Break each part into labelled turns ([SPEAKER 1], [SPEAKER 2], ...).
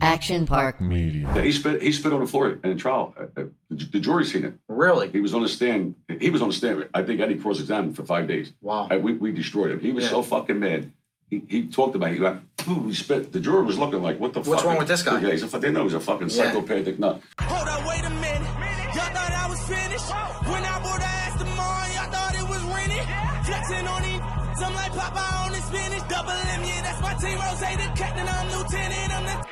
[SPEAKER 1] Action Park
[SPEAKER 2] Media.
[SPEAKER 3] He spit, he spit on the floor in trial. Uh, uh, The the jury seen it.
[SPEAKER 4] Really?
[SPEAKER 3] He was on the stand. He was on the stand. I think Eddie cross examined for five days.
[SPEAKER 4] Wow.
[SPEAKER 3] And we, we destroyed him. He was
[SPEAKER 4] Yeah.
[SPEAKER 3] so fucking mad. He, he talked about it. He like, "Ooh, he spit. The juror was looking like, what the fuck?
[SPEAKER 4] What's wrong with this guy?
[SPEAKER 3] Yeah, he's a, fu- they know he's a fucking
[SPEAKER 4] Yeah.
[SPEAKER 3] psychopathic nut.
[SPEAKER 5] Hold up, wait a minute. Y'all thought I was finished. When I bought the ass tomorrow, y'all thought it was rented. Flexing on these. I'm like Papa on the spinach. Double M, yeah, that's my team. Rose, the captain, I'm lieutenant. I'm the.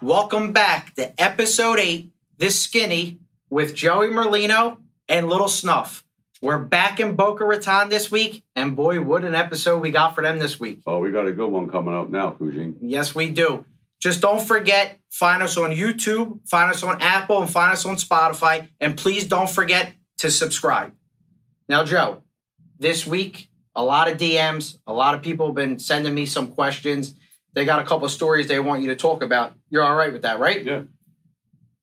[SPEAKER 4] Welcome back to episode eight, This Skinny, with Joey Merlino and Little Snuff. We're back in Boca Raton this week, and boy, what an episode we got for them this week.
[SPEAKER 3] Oh, we got a good one coming up now, Eugene.
[SPEAKER 4] Yes, we do. Just don't forget, find us on YouTube, find us on Apple, and find us on Spotify. And please don't forget to subscribe. Now, Joe, this week, a lot of DMs, a lot of people have been sending me some questions. They got a couple of stories they want you to talk about. You're all right with that, right?
[SPEAKER 3] Yeah.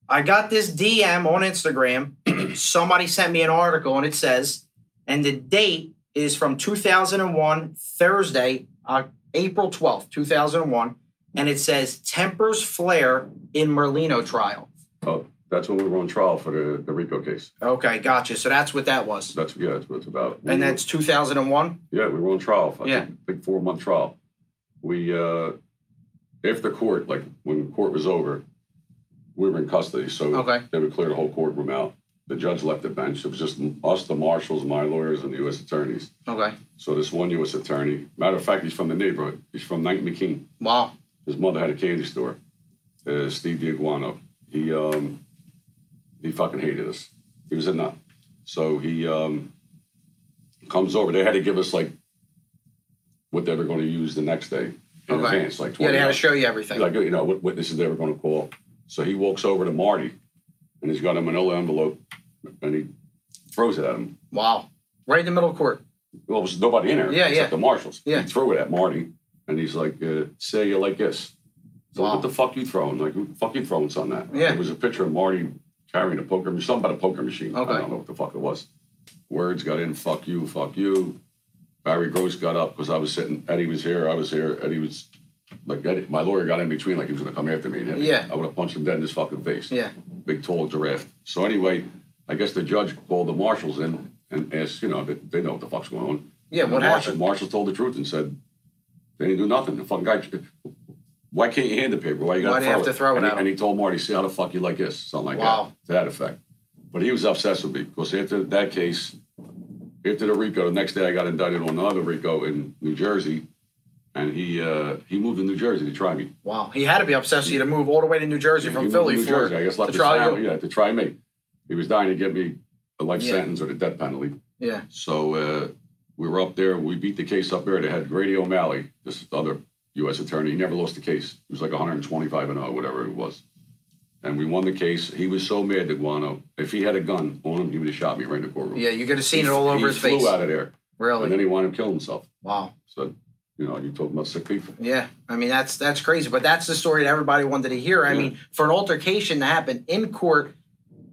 [SPEAKER 4] I got this DM on Instagram. Somebody sent me an article and it says, and the date is from 2001, Thursday, uh, April 12th, 2001. And it says, Tempers Flare in Merlino trial.
[SPEAKER 3] Oh, that's when we were on trial for the, the Rico case.
[SPEAKER 4] Okay, gotcha. So that's what that was.
[SPEAKER 3] That's, yeah, that's what it's about. We
[SPEAKER 4] And
[SPEAKER 3] were-
[SPEAKER 4] that's 2001.
[SPEAKER 3] Yeah, we were on trial. I
[SPEAKER 4] Yeah.
[SPEAKER 3] think, big four month trial. We, uh, if the court, like when court was over, we were in custody. So
[SPEAKER 4] Okay.
[SPEAKER 3] they would clear the whole courtroom out. The judge left the bench. It was just us, the marshals, my lawyers, and the U.S. attorneys.
[SPEAKER 4] Okay.
[SPEAKER 3] So this one U.S. attorney, matter of fact, he's from the neighborhood. He's from Knight McKean.
[SPEAKER 4] Wow.
[SPEAKER 3] His mother had a candy store. Uh, Steve DiGuano. He um, he fucking hated us. He was a nut. So he um, comes over. They had to give us like what they were going to use the next day in
[SPEAKER 4] Okay.
[SPEAKER 3] advance, like
[SPEAKER 4] Yeah,
[SPEAKER 3] twenty.
[SPEAKER 4] they had to
[SPEAKER 3] hours.
[SPEAKER 4] show you everything.
[SPEAKER 3] like you know what witnesses they were going to call. So he walks over to Marty, and he's got a Manila envelope, and he throws it at him.
[SPEAKER 4] Wow. Right in the middle of court.
[SPEAKER 3] Well, there was nobody in there.
[SPEAKER 4] Yeah,
[SPEAKER 3] except
[SPEAKER 4] yeah.
[SPEAKER 3] The marshals.
[SPEAKER 4] Yeah.
[SPEAKER 3] He threw it at Marty, and he's like, uh, "Say you like this." So
[SPEAKER 4] Wow.
[SPEAKER 3] what the fuck you throwing? Like, who the fuck you throwing something at?
[SPEAKER 4] Yeah.
[SPEAKER 3] It was a picture of Marty carrying a poker machine, something about a poker machine.
[SPEAKER 4] Okay.
[SPEAKER 3] I don't know what the fuck it was. Words got in, fuck you, fuck you. Barry Gross got up because I was sitting. Eddie was here. I was here. Eddie was like, Eddie, my lawyer got in between, like he was gonna come after me. And hit me.
[SPEAKER 4] Yeah.
[SPEAKER 3] I would have punched him dead in his fucking face
[SPEAKER 4] Yeah.
[SPEAKER 3] big tall giraffe. So anyway, I guess the judge called the marshals in and asked, you know, they, they know what the fuck's going on.
[SPEAKER 4] Yeah,
[SPEAKER 3] And
[SPEAKER 4] what
[SPEAKER 3] the marshal,
[SPEAKER 4] happened?
[SPEAKER 3] Marshal told the truth and said they didn't do nothing. The fucking guy. Why can't you hand the paper? Why you
[SPEAKER 4] Why
[SPEAKER 3] got
[SPEAKER 4] do
[SPEAKER 3] to
[SPEAKER 4] you have to throw it
[SPEAKER 3] and, he-
[SPEAKER 4] at him?
[SPEAKER 3] and he told Marty, "See how the fuck you like this?" Something like
[SPEAKER 4] Wow.
[SPEAKER 3] that, to that effect. But he was obsessed with me because after that case, after the RICO, the next day I got indicted on another RICO in New Jersey, and he uh, he moved to New Jersey to try me.
[SPEAKER 4] Wow. He had to be obsessed with you to move all the way to New Jersey
[SPEAKER 3] He
[SPEAKER 4] from
[SPEAKER 3] moved
[SPEAKER 4] Philly
[SPEAKER 3] to New
[SPEAKER 4] for
[SPEAKER 3] Jersey, I guess
[SPEAKER 4] to
[SPEAKER 3] left his
[SPEAKER 4] trial
[SPEAKER 3] family,
[SPEAKER 4] you.
[SPEAKER 3] yeah, to try me. He was dying to get me a life
[SPEAKER 4] Yeah.
[SPEAKER 3] sentence or the death penalty.
[SPEAKER 4] Yeah.
[SPEAKER 3] So uh, we were up there. We beat the case up there. They had Grady O'Malley, this other U.S. attorney. He never lost the case. He was like 125 and 0, whatever it was. And we won the case. He was so mad that Guano, if he had a gun on him, he would have shot me right in the courtroom.
[SPEAKER 4] Yeah, you could have seen it all over
[SPEAKER 3] he
[SPEAKER 4] his
[SPEAKER 3] flew
[SPEAKER 4] face.
[SPEAKER 3] out of there, and then
[SPEAKER 4] Really?
[SPEAKER 3] he wanted to kill himself.
[SPEAKER 4] Wow.
[SPEAKER 3] So, you know, you talking about sick people.
[SPEAKER 4] Yeah, I mean that's that's crazy, but that's the story that everybody wanted to hear. I
[SPEAKER 3] Yeah.
[SPEAKER 4] mean, for an altercation to happen in court,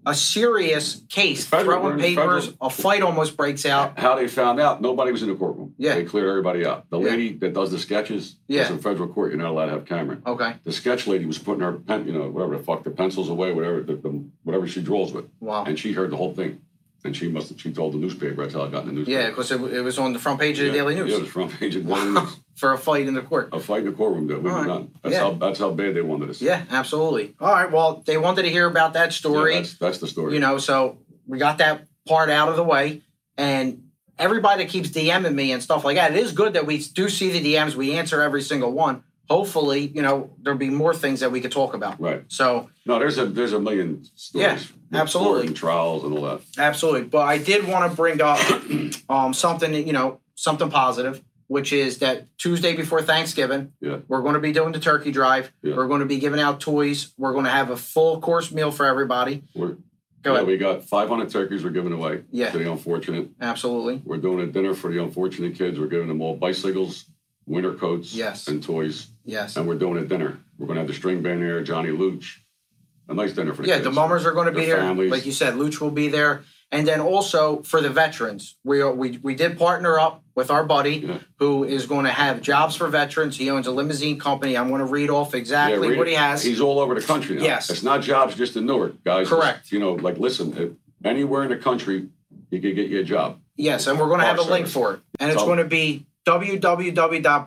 [SPEAKER 4] a serious case,
[SPEAKER 3] Federal,
[SPEAKER 4] throwing
[SPEAKER 3] we're in federal-
[SPEAKER 4] papers, a fight almost breaks out.
[SPEAKER 3] how they found out nobody was in the courtroom.
[SPEAKER 4] Yeah.
[SPEAKER 3] They cleared everybody out. The
[SPEAKER 4] Yeah.
[SPEAKER 3] lady that does the sketches,
[SPEAKER 4] Yeah.
[SPEAKER 3] that's in federal court, you're not allowed to have camera.
[SPEAKER 4] Okay,
[SPEAKER 3] The sketch lady was putting her pen, you know, whatever the fuck, the pencils away, whatever the, the, whatever she draws with.
[SPEAKER 4] wow.
[SPEAKER 3] And she heard the whole thing. And she must have, she told the newspaper. That's how I got in the newspaper.
[SPEAKER 4] Yeah, because it, it was on the front page of the Daily
[SPEAKER 3] Yeah, Oh. it was
[SPEAKER 4] News
[SPEAKER 3] front page of the Daily News.
[SPEAKER 4] for a fight in the court.
[SPEAKER 3] A fight in the courtroom that we
[SPEAKER 4] All
[SPEAKER 3] were
[SPEAKER 4] right.
[SPEAKER 3] done. That's,
[SPEAKER 4] Yeah.
[SPEAKER 3] how, that's how bad they wanted us.
[SPEAKER 4] Yeah, absolutely. All right, well, they wanted to hear about that
[SPEAKER 3] Yeah,
[SPEAKER 4] story.
[SPEAKER 3] that's, that's the story.
[SPEAKER 4] you know so we got that part out of the way and everybody that keeps dming me and stuff like that it is good that we do see the dms we answer every single one hopefully you know there'll be more things that we could talk about
[SPEAKER 3] Right.
[SPEAKER 4] so
[SPEAKER 3] No, there's a there's a million stories.
[SPEAKER 4] Yeah,
[SPEAKER 3] with court
[SPEAKER 4] absolutely.
[SPEAKER 3] And trials and all that.
[SPEAKER 4] absolutely but i did want to bring up um, something that, you know something positive which is that tuesday before thanksgiving
[SPEAKER 3] Yeah.
[SPEAKER 4] we're going to be doing the turkey drive
[SPEAKER 3] Yeah.
[SPEAKER 4] we're going to be giving out toys we're going to have a full course meal for everybody
[SPEAKER 3] We're,
[SPEAKER 4] go
[SPEAKER 3] yeah,
[SPEAKER 4] ahead
[SPEAKER 3] we got 500 turkeys we're giving away
[SPEAKER 4] Yeah.
[SPEAKER 3] to the unfortunate.
[SPEAKER 4] absolutely
[SPEAKER 3] We're doing a dinner for the unfortunate kids. We're giving them all bicycles, winter coats,
[SPEAKER 4] Yes.
[SPEAKER 3] and toys.
[SPEAKER 4] yes
[SPEAKER 3] And we're doing a dinner. We're going to have the string band here, Johnny Luch. A nice dinner for the
[SPEAKER 4] yeah,
[SPEAKER 3] kids.
[SPEAKER 4] the mummers are going to be
[SPEAKER 3] Their
[SPEAKER 4] there.
[SPEAKER 3] families.
[SPEAKER 4] Like you said, Luch will be there. And then also for the veterans, we are, we we did partner up with our buddy
[SPEAKER 3] Yeah.
[SPEAKER 4] who is going to have jobs for veterans. He owns a limousine company. I'm going to read off exactly
[SPEAKER 3] read
[SPEAKER 4] what
[SPEAKER 3] it.
[SPEAKER 4] he has.
[SPEAKER 3] He's all over the country now.
[SPEAKER 4] Yes.
[SPEAKER 3] It's not jobs just in Newark, guys. It's,
[SPEAKER 4] Correct.
[SPEAKER 3] you know, like listen, if anywhere in the country, you could get you a job.
[SPEAKER 4] Yes, and we're going to have a
[SPEAKER 3] Park
[SPEAKER 4] link
[SPEAKER 3] service.
[SPEAKER 4] for it. And it's
[SPEAKER 3] So-
[SPEAKER 4] going to be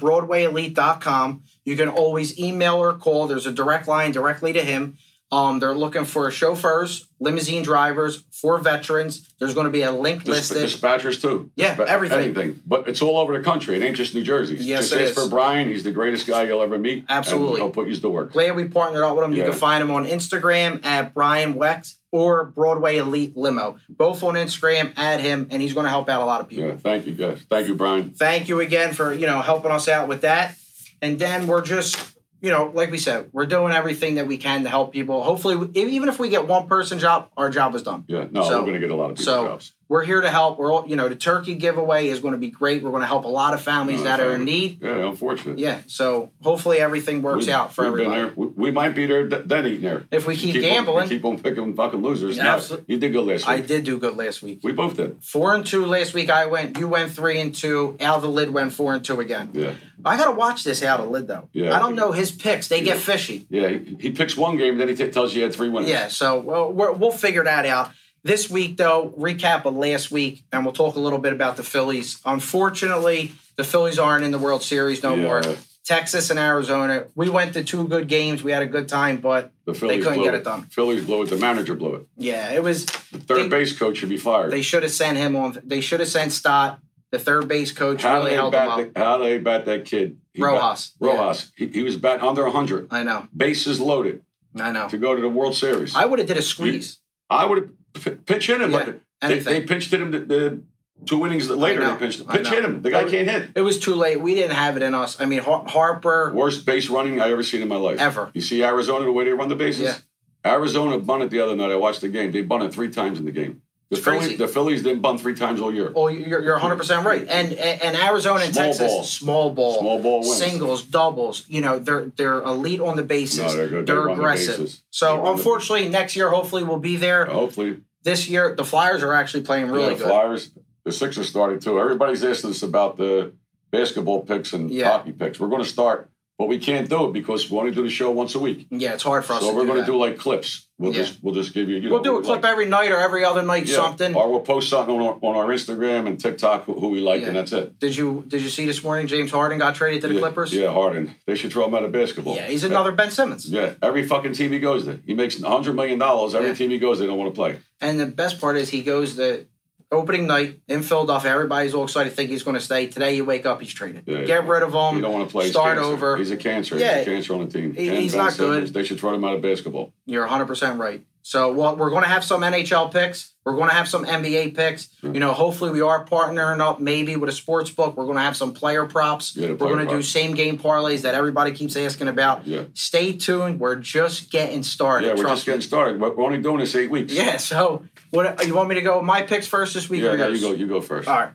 [SPEAKER 4] www.broadwayelite.com. You can always email or call. There's a direct line directly to him. Um, they're looking for chauffeurs, limousine drivers, for veterans. There's going to be a link
[SPEAKER 3] Dis-
[SPEAKER 4] listed.
[SPEAKER 3] dispatchers too.
[SPEAKER 4] Yeah,
[SPEAKER 3] Dispa-
[SPEAKER 4] everything.
[SPEAKER 3] Anything. But it's all over the country. It ain't just New Jersey.
[SPEAKER 4] Yes,
[SPEAKER 3] just
[SPEAKER 4] it
[SPEAKER 3] ask
[SPEAKER 4] is.
[SPEAKER 3] for Brian. He's the greatest guy you'll ever meet. and
[SPEAKER 4] Absolutely.
[SPEAKER 3] He'll put you to work.
[SPEAKER 4] Glad we partnered up with him. You
[SPEAKER 3] Yeah.
[SPEAKER 4] can find him on Instagram at Brian Wex or Broadway Elite Limo. Both on Instagram, add him, and he's going to help out a lot of people.
[SPEAKER 3] Yeah. Thank you, guys. Thank you, Brian.
[SPEAKER 4] thank you again for you know helping us out with that and then we're just you know like we said we're doing everything that we can to help people hopefully e- even if we get one person job our job is done
[SPEAKER 3] Yeah. No,
[SPEAKER 4] So-
[SPEAKER 3] we're gonna get a lot of people
[SPEAKER 4] so-
[SPEAKER 3] jobs.
[SPEAKER 4] we're here to help we're all you know the turkey giveaway is going to be great we're going to help a lot of families
[SPEAKER 3] Lot
[SPEAKER 4] that
[SPEAKER 3] of
[SPEAKER 4] are in need
[SPEAKER 3] Yeah, unfortunate.
[SPEAKER 4] yeah so hopefully everything works
[SPEAKER 3] We-
[SPEAKER 4] out for
[SPEAKER 3] we've been
[SPEAKER 4] everybody
[SPEAKER 3] there. We, we might be there th- then eating there.
[SPEAKER 4] if we keep,
[SPEAKER 3] on-
[SPEAKER 4] gambling
[SPEAKER 3] keep on picking fucking losers.
[SPEAKER 4] Yeah,
[SPEAKER 3] No,
[SPEAKER 4] absolute-
[SPEAKER 3] you did go last
[SPEAKER 4] i
[SPEAKER 3] week.
[SPEAKER 4] did do good last week
[SPEAKER 3] We both did.
[SPEAKER 4] four and two last week i went you went three and two al the lid went four and two again
[SPEAKER 3] Yeah.
[SPEAKER 4] i gotta watch this al the lid though
[SPEAKER 3] Yeah.
[SPEAKER 4] i don't know his picks they get
[SPEAKER 3] Yeah.
[SPEAKER 4] fishy
[SPEAKER 3] Yeah, he, he picks one game, then he t- tells you he had three winners.
[SPEAKER 4] Yeah, so well, we're, we'll figure that out. This week, though, recap of last week, and we'll talk a little bit about the Phillies. Unfortunately, the Phillies aren't in the World Series no
[SPEAKER 3] Yeah.
[SPEAKER 4] more. Texas and Arizona, we went to two good games. We had a good time, but
[SPEAKER 3] The Phillies
[SPEAKER 4] couldn't
[SPEAKER 3] blew
[SPEAKER 4] get it done.
[SPEAKER 3] Phillies blew it. The manager blew it.
[SPEAKER 4] yeah, it was.
[SPEAKER 3] The third
[SPEAKER 4] They-
[SPEAKER 3] base coach should be fired.
[SPEAKER 4] They should have sent him on. They should have sent Stott, the third base coach,
[SPEAKER 3] how do
[SPEAKER 4] really
[SPEAKER 3] they
[SPEAKER 4] held him
[SPEAKER 3] bat?
[SPEAKER 4] up.
[SPEAKER 3] the- how do they bat that kid? He bat-
[SPEAKER 4] Rojas.
[SPEAKER 3] Rojas. He, he was batting under 100.
[SPEAKER 4] I know,
[SPEAKER 3] Bases loaded
[SPEAKER 4] I know.
[SPEAKER 3] to go to the World Series.
[SPEAKER 4] I would have did a squeeze.
[SPEAKER 3] I would have pitch hit him,
[SPEAKER 4] Yeah,
[SPEAKER 3] but they,
[SPEAKER 4] anything.
[SPEAKER 3] they pitched at him the, the two innings later.
[SPEAKER 4] I know,
[SPEAKER 3] They pitched
[SPEAKER 4] I
[SPEAKER 3] pitch
[SPEAKER 4] know.
[SPEAKER 3] hit him. The guy can't hit.
[SPEAKER 4] It was too late. We didn't have it in us. I mean, Har- Harper.
[SPEAKER 3] Worst base running I ever seen in my life.
[SPEAKER 4] Ever.
[SPEAKER 3] You see Arizona the way they run the bases.
[SPEAKER 4] Yeah.
[SPEAKER 3] Arizona bunted the other night. I watched the game. They bunted three times in the game. The
[SPEAKER 4] It's
[SPEAKER 3] Phillies,
[SPEAKER 4] crazy.
[SPEAKER 3] the Phillies didn't bunt three times all year.
[SPEAKER 4] Oh, you're, you're 100% right. And and and Arizona and
[SPEAKER 3] Small
[SPEAKER 4] Texas,
[SPEAKER 3] ball.
[SPEAKER 4] small ball,
[SPEAKER 3] Small ball wins.
[SPEAKER 4] singles, doubles. You know, they're they're elite on the bases.
[SPEAKER 3] No, they're good. They run the
[SPEAKER 4] aggressive.
[SPEAKER 3] bases. They
[SPEAKER 4] So
[SPEAKER 3] run the-
[SPEAKER 4] unfortunately, next year hopefully we'll be there.
[SPEAKER 3] Hopefully,
[SPEAKER 4] This year the Flyers are actually playing really
[SPEAKER 3] yeah, the
[SPEAKER 4] good.
[SPEAKER 3] Flyers, the Sixers started too. Everybody's asking us about the basketball picks and
[SPEAKER 4] Yeah.
[SPEAKER 3] hockey picks. We're going to start, but we can't do it because we only do the show once a week.
[SPEAKER 4] Yeah, it's hard for us.
[SPEAKER 3] So
[SPEAKER 4] to
[SPEAKER 3] we're
[SPEAKER 4] do
[SPEAKER 3] going
[SPEAKER 4] that.
[SPEAKER 3] to do like clips. We'll
[SPEAKER 4] Yeah.
[SPEAKER 3] just we'll just give you. you
[SPEAKER 4] We'll
[SPEAKER 3] know,
[SPEAKER 4] do
[SPEAKER 3] what
[SPEAKER 4] a
[SPEAKER 3] we
[SPEAKER 4] clip
[SPEAKER 3] like.
[SPEAKER 4] every night or every other night
[SPEAKER 3] Yeah.
[SPEAKER 4] something.
[SPEAKER 3] or we'll post something on our, on our Instagram and TikTok who we like,
[SPEAKER 4] Yeah.
[SPEAKER 3] and that's it.
[SPEAKER 4] Did you did you see this morning James Harden got traded to the
[SPEAKER 3] yeah,
[SPEAKER 4] Clippers?
[SPEAKER 3] Yeah, Harden. They should throw him out of basketball.
[SPEAKER 4] Yeah, he's another Ben Simmons.
[SPEAKER 3] Yeah, every fucking team he goes to, he makes hundred million dollars. Every
[SPEAKER 4] Yeah.
[SPEAKER 3] team he goes, they don't want to play.
[SPEAKER 4] And the best part is he goes the opening night in Philadelphia. Everybody's all excited, think he's going to stay. Today you wake up, he's traded.
[SPEAKER 3] Yeah.
[SPEAKER 4] Get rid of him.
[SPEAKER 3] He don't want to play. He's
[SPEAKER 4] Start
[SPEAKER 3] cancer.
[SPEAKER 4] over.
[SPEAKER 3] He's a cancer.
[SPEAKER 4] Yeah.
[SPEAKER 3] He's a cancer on the team.
[SPEAKER 4] He-
[SPEAKER 3] And
[SPEAKER 4] he's
[SPEAKER 3] Ben
[SPEAKER 4] not good.
[SPEAKER 3] Simmons, They should throw him out of basketball.
[SPEAKER 4] You're 100% right. So well, we're going to have some NHL picks. We're going to have some NBA picks. You know, hopefully we are partnering up maybe with a sports book. We're going to have some player props.
[SPEAKER 3] Yeah, the
[SPEAKER 4] we're
[SPEAKER 3] player
[SPEAKER 4] going to do
[SPEAKER 3] props.
[SPEAKER 4] same game parlays that everybody keeps asking about.
[SPEAKER 3] Yeah.
[SPEAKER 4] Stay tuned. We're just getting started.
[SPEAKER 3] Yeah, we're just
[SPEAKER 4] trust
[SPEAKER 3] getting started. We're we're only doing this eight weeks.
[SPEAKER 4] me. Yeah. So what you want me to go? with My picks first this week.
[SPEAKER 3] Yeah,
[SPEAKER 4] or
[SPEAKER 3] no,
[SPEAKER 4] yours?
[SPEAKER 3] you go. You go first.
[SPEAKER 4] All right.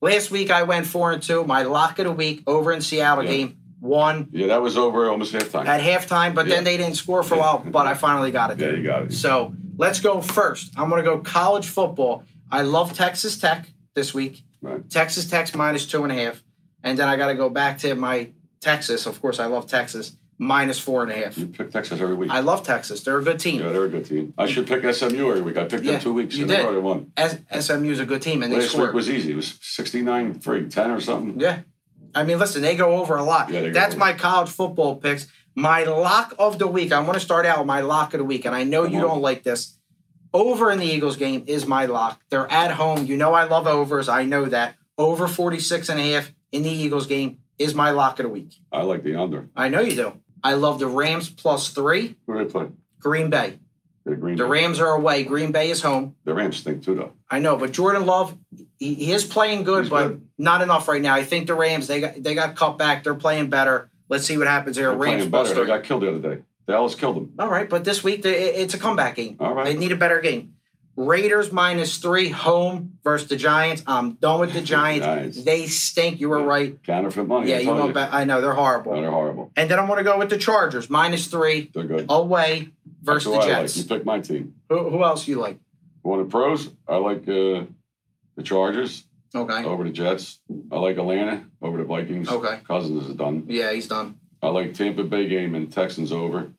[SPEAKER 4] Last week I went four and two. My lock of the week over in Seattle
[SPEAKER 3] Yeah.
[SPEAKER 4] game won
[SPEAKER 3] Yeah, that was over almost halftime.
[SPEAKER 4] at halftime, but
[SPEAKER 3] Yeah.
[SPEAKER 4] then they didn't score for a while. But I finally got it.
[SPEAKER 3] yeah, you got it.
[SPEAKER 4] So let's go first. I'm going to go college football. I love Texas Tech this week.
[SPEAKER 3] Right.
[SPEAKER 4] Texas Tech's minus two and a half, and then I got to go back to my Texas. Of course, I love Texas minus four and a half.
[SPEAKER 3] You pick Texas every week.
[SPEAKER 4] I love Texas. They're a good team.
[SPEAKER 3] yeah, they're a good team. I should pick SMU every week. I picked
[SPEAKER 4] Yeah,
[SPEAKER 3] them two weeks
[SPEAKER 4] you
[SPEAKER 3] in
[SPEAKER 4] did.
[SPEAKER 3] a row. They won.
[SPEAKER 4] S- SMU is a good team, and they
[SPEAKER 3] Last
[SPEAKER 4] scored.
[SPEAKER 3] week was easy. It was 69 3, 10 or something.
[SPEAKER 4] Yeah. I mean, listen, they go over a lot.
[SPEAKER 3] Yeah, they go
[SPEAKER 4] That's
[SPEAKER 3] over.
[SPEAKER 4] my college football picks. My lock of the week. I want to start out with my lock of the week, and I know
[SPEAKER 3] Come
[SPEAKER 4] you
[SPEAKER 3] on.
[SPEAKER 4] don't like this. Over in the Eagles game is my lock. They're at home. You know I love overs. I know that. Over 46 and a half in the Eagles game is my lock of the week.
[SPEAKER 3] I like the under.
[SPEAKER 4] I know you do. I love the Rams plus three.
[SPEAKER 3] Who do they play?
[SPEAKER 4] Green Bay.
[SPEAKER 3] The Green
[SPEAKER 4] The
[SPEAKER 3] Bay.
[SPEAKER 4] Rams are away. Green Bay is home.
[SPEAKER 3] The Rams stink too, though.
[SPEAKER 4] I know, but Jordan Love, he, he is playing good,
[SPEAKER 3] He's
[SPEAKER 4] but
[SPEAKER 3] good.
[SPEAKER 4] not enough right now. I think the Rams they got they got cut back. They're playing better. Let's see what happens here.
[SPEAKER 3] They're
[SPEAKER 4] Rams
[SPEAKER 3] playing
[SPEAKER 4] plus
[SPEAKER 3] better. They
[SPEAKER 4] three.
[SPEAKER 3] got killed the other day. Dallas killed them.
[SPEAKER 4] All right, but this week they, it- it's a comeback game.
[SPEAKER 3] All right.
[SPEAKER 4] They need a better game. Raiders minus three home versus the Giants. I'm done with the Giants.
[SPEAKER 3] Giants.
[SPEAKER 4] They stink. You were
[SPEAKER 3] Yeah.
[SPEAKER 4] right.
[SPEAKER 3] Counterfeit money.
[SPEAKER 4] Yeah,
[SPEAKER 3] I
[SPEAKER 4] you
[SPEAKER 3] told
[SPEAKER 4] won't bet. I know they're
[SPEAKER 3] No,
[SPEAKER 4] horrible.
[SPEAKER 3] they're horrible.
[SPEAKER 4] And then I'm going to go with the Chargers minus three
[SPEAKER 3] They're good. That's
[SPEAKER 4] away Oh, versus
[SPEAKER 3] who
[SPEAKER 4] the
[SPEAKER 3] I like.
[SPEAKER 4] Jets.
[SPEAKER 3] You pick my team.
[SPEAKER 4] Who, who else you like?
[SPEAKER 3] One of the pros, I like uh, the Chargers
[SPEAKER 4] Okay.
[SPEAKER 3] over the Jets. I like Atlanta over the Vikings.
[SPEAKER 4] Okay.
[SPEAKER 3] Cousins is done.
[SPEAKER 4] Yeah, he's done.
[SPEAKER 3] I like Tampa Bay game and Texans over.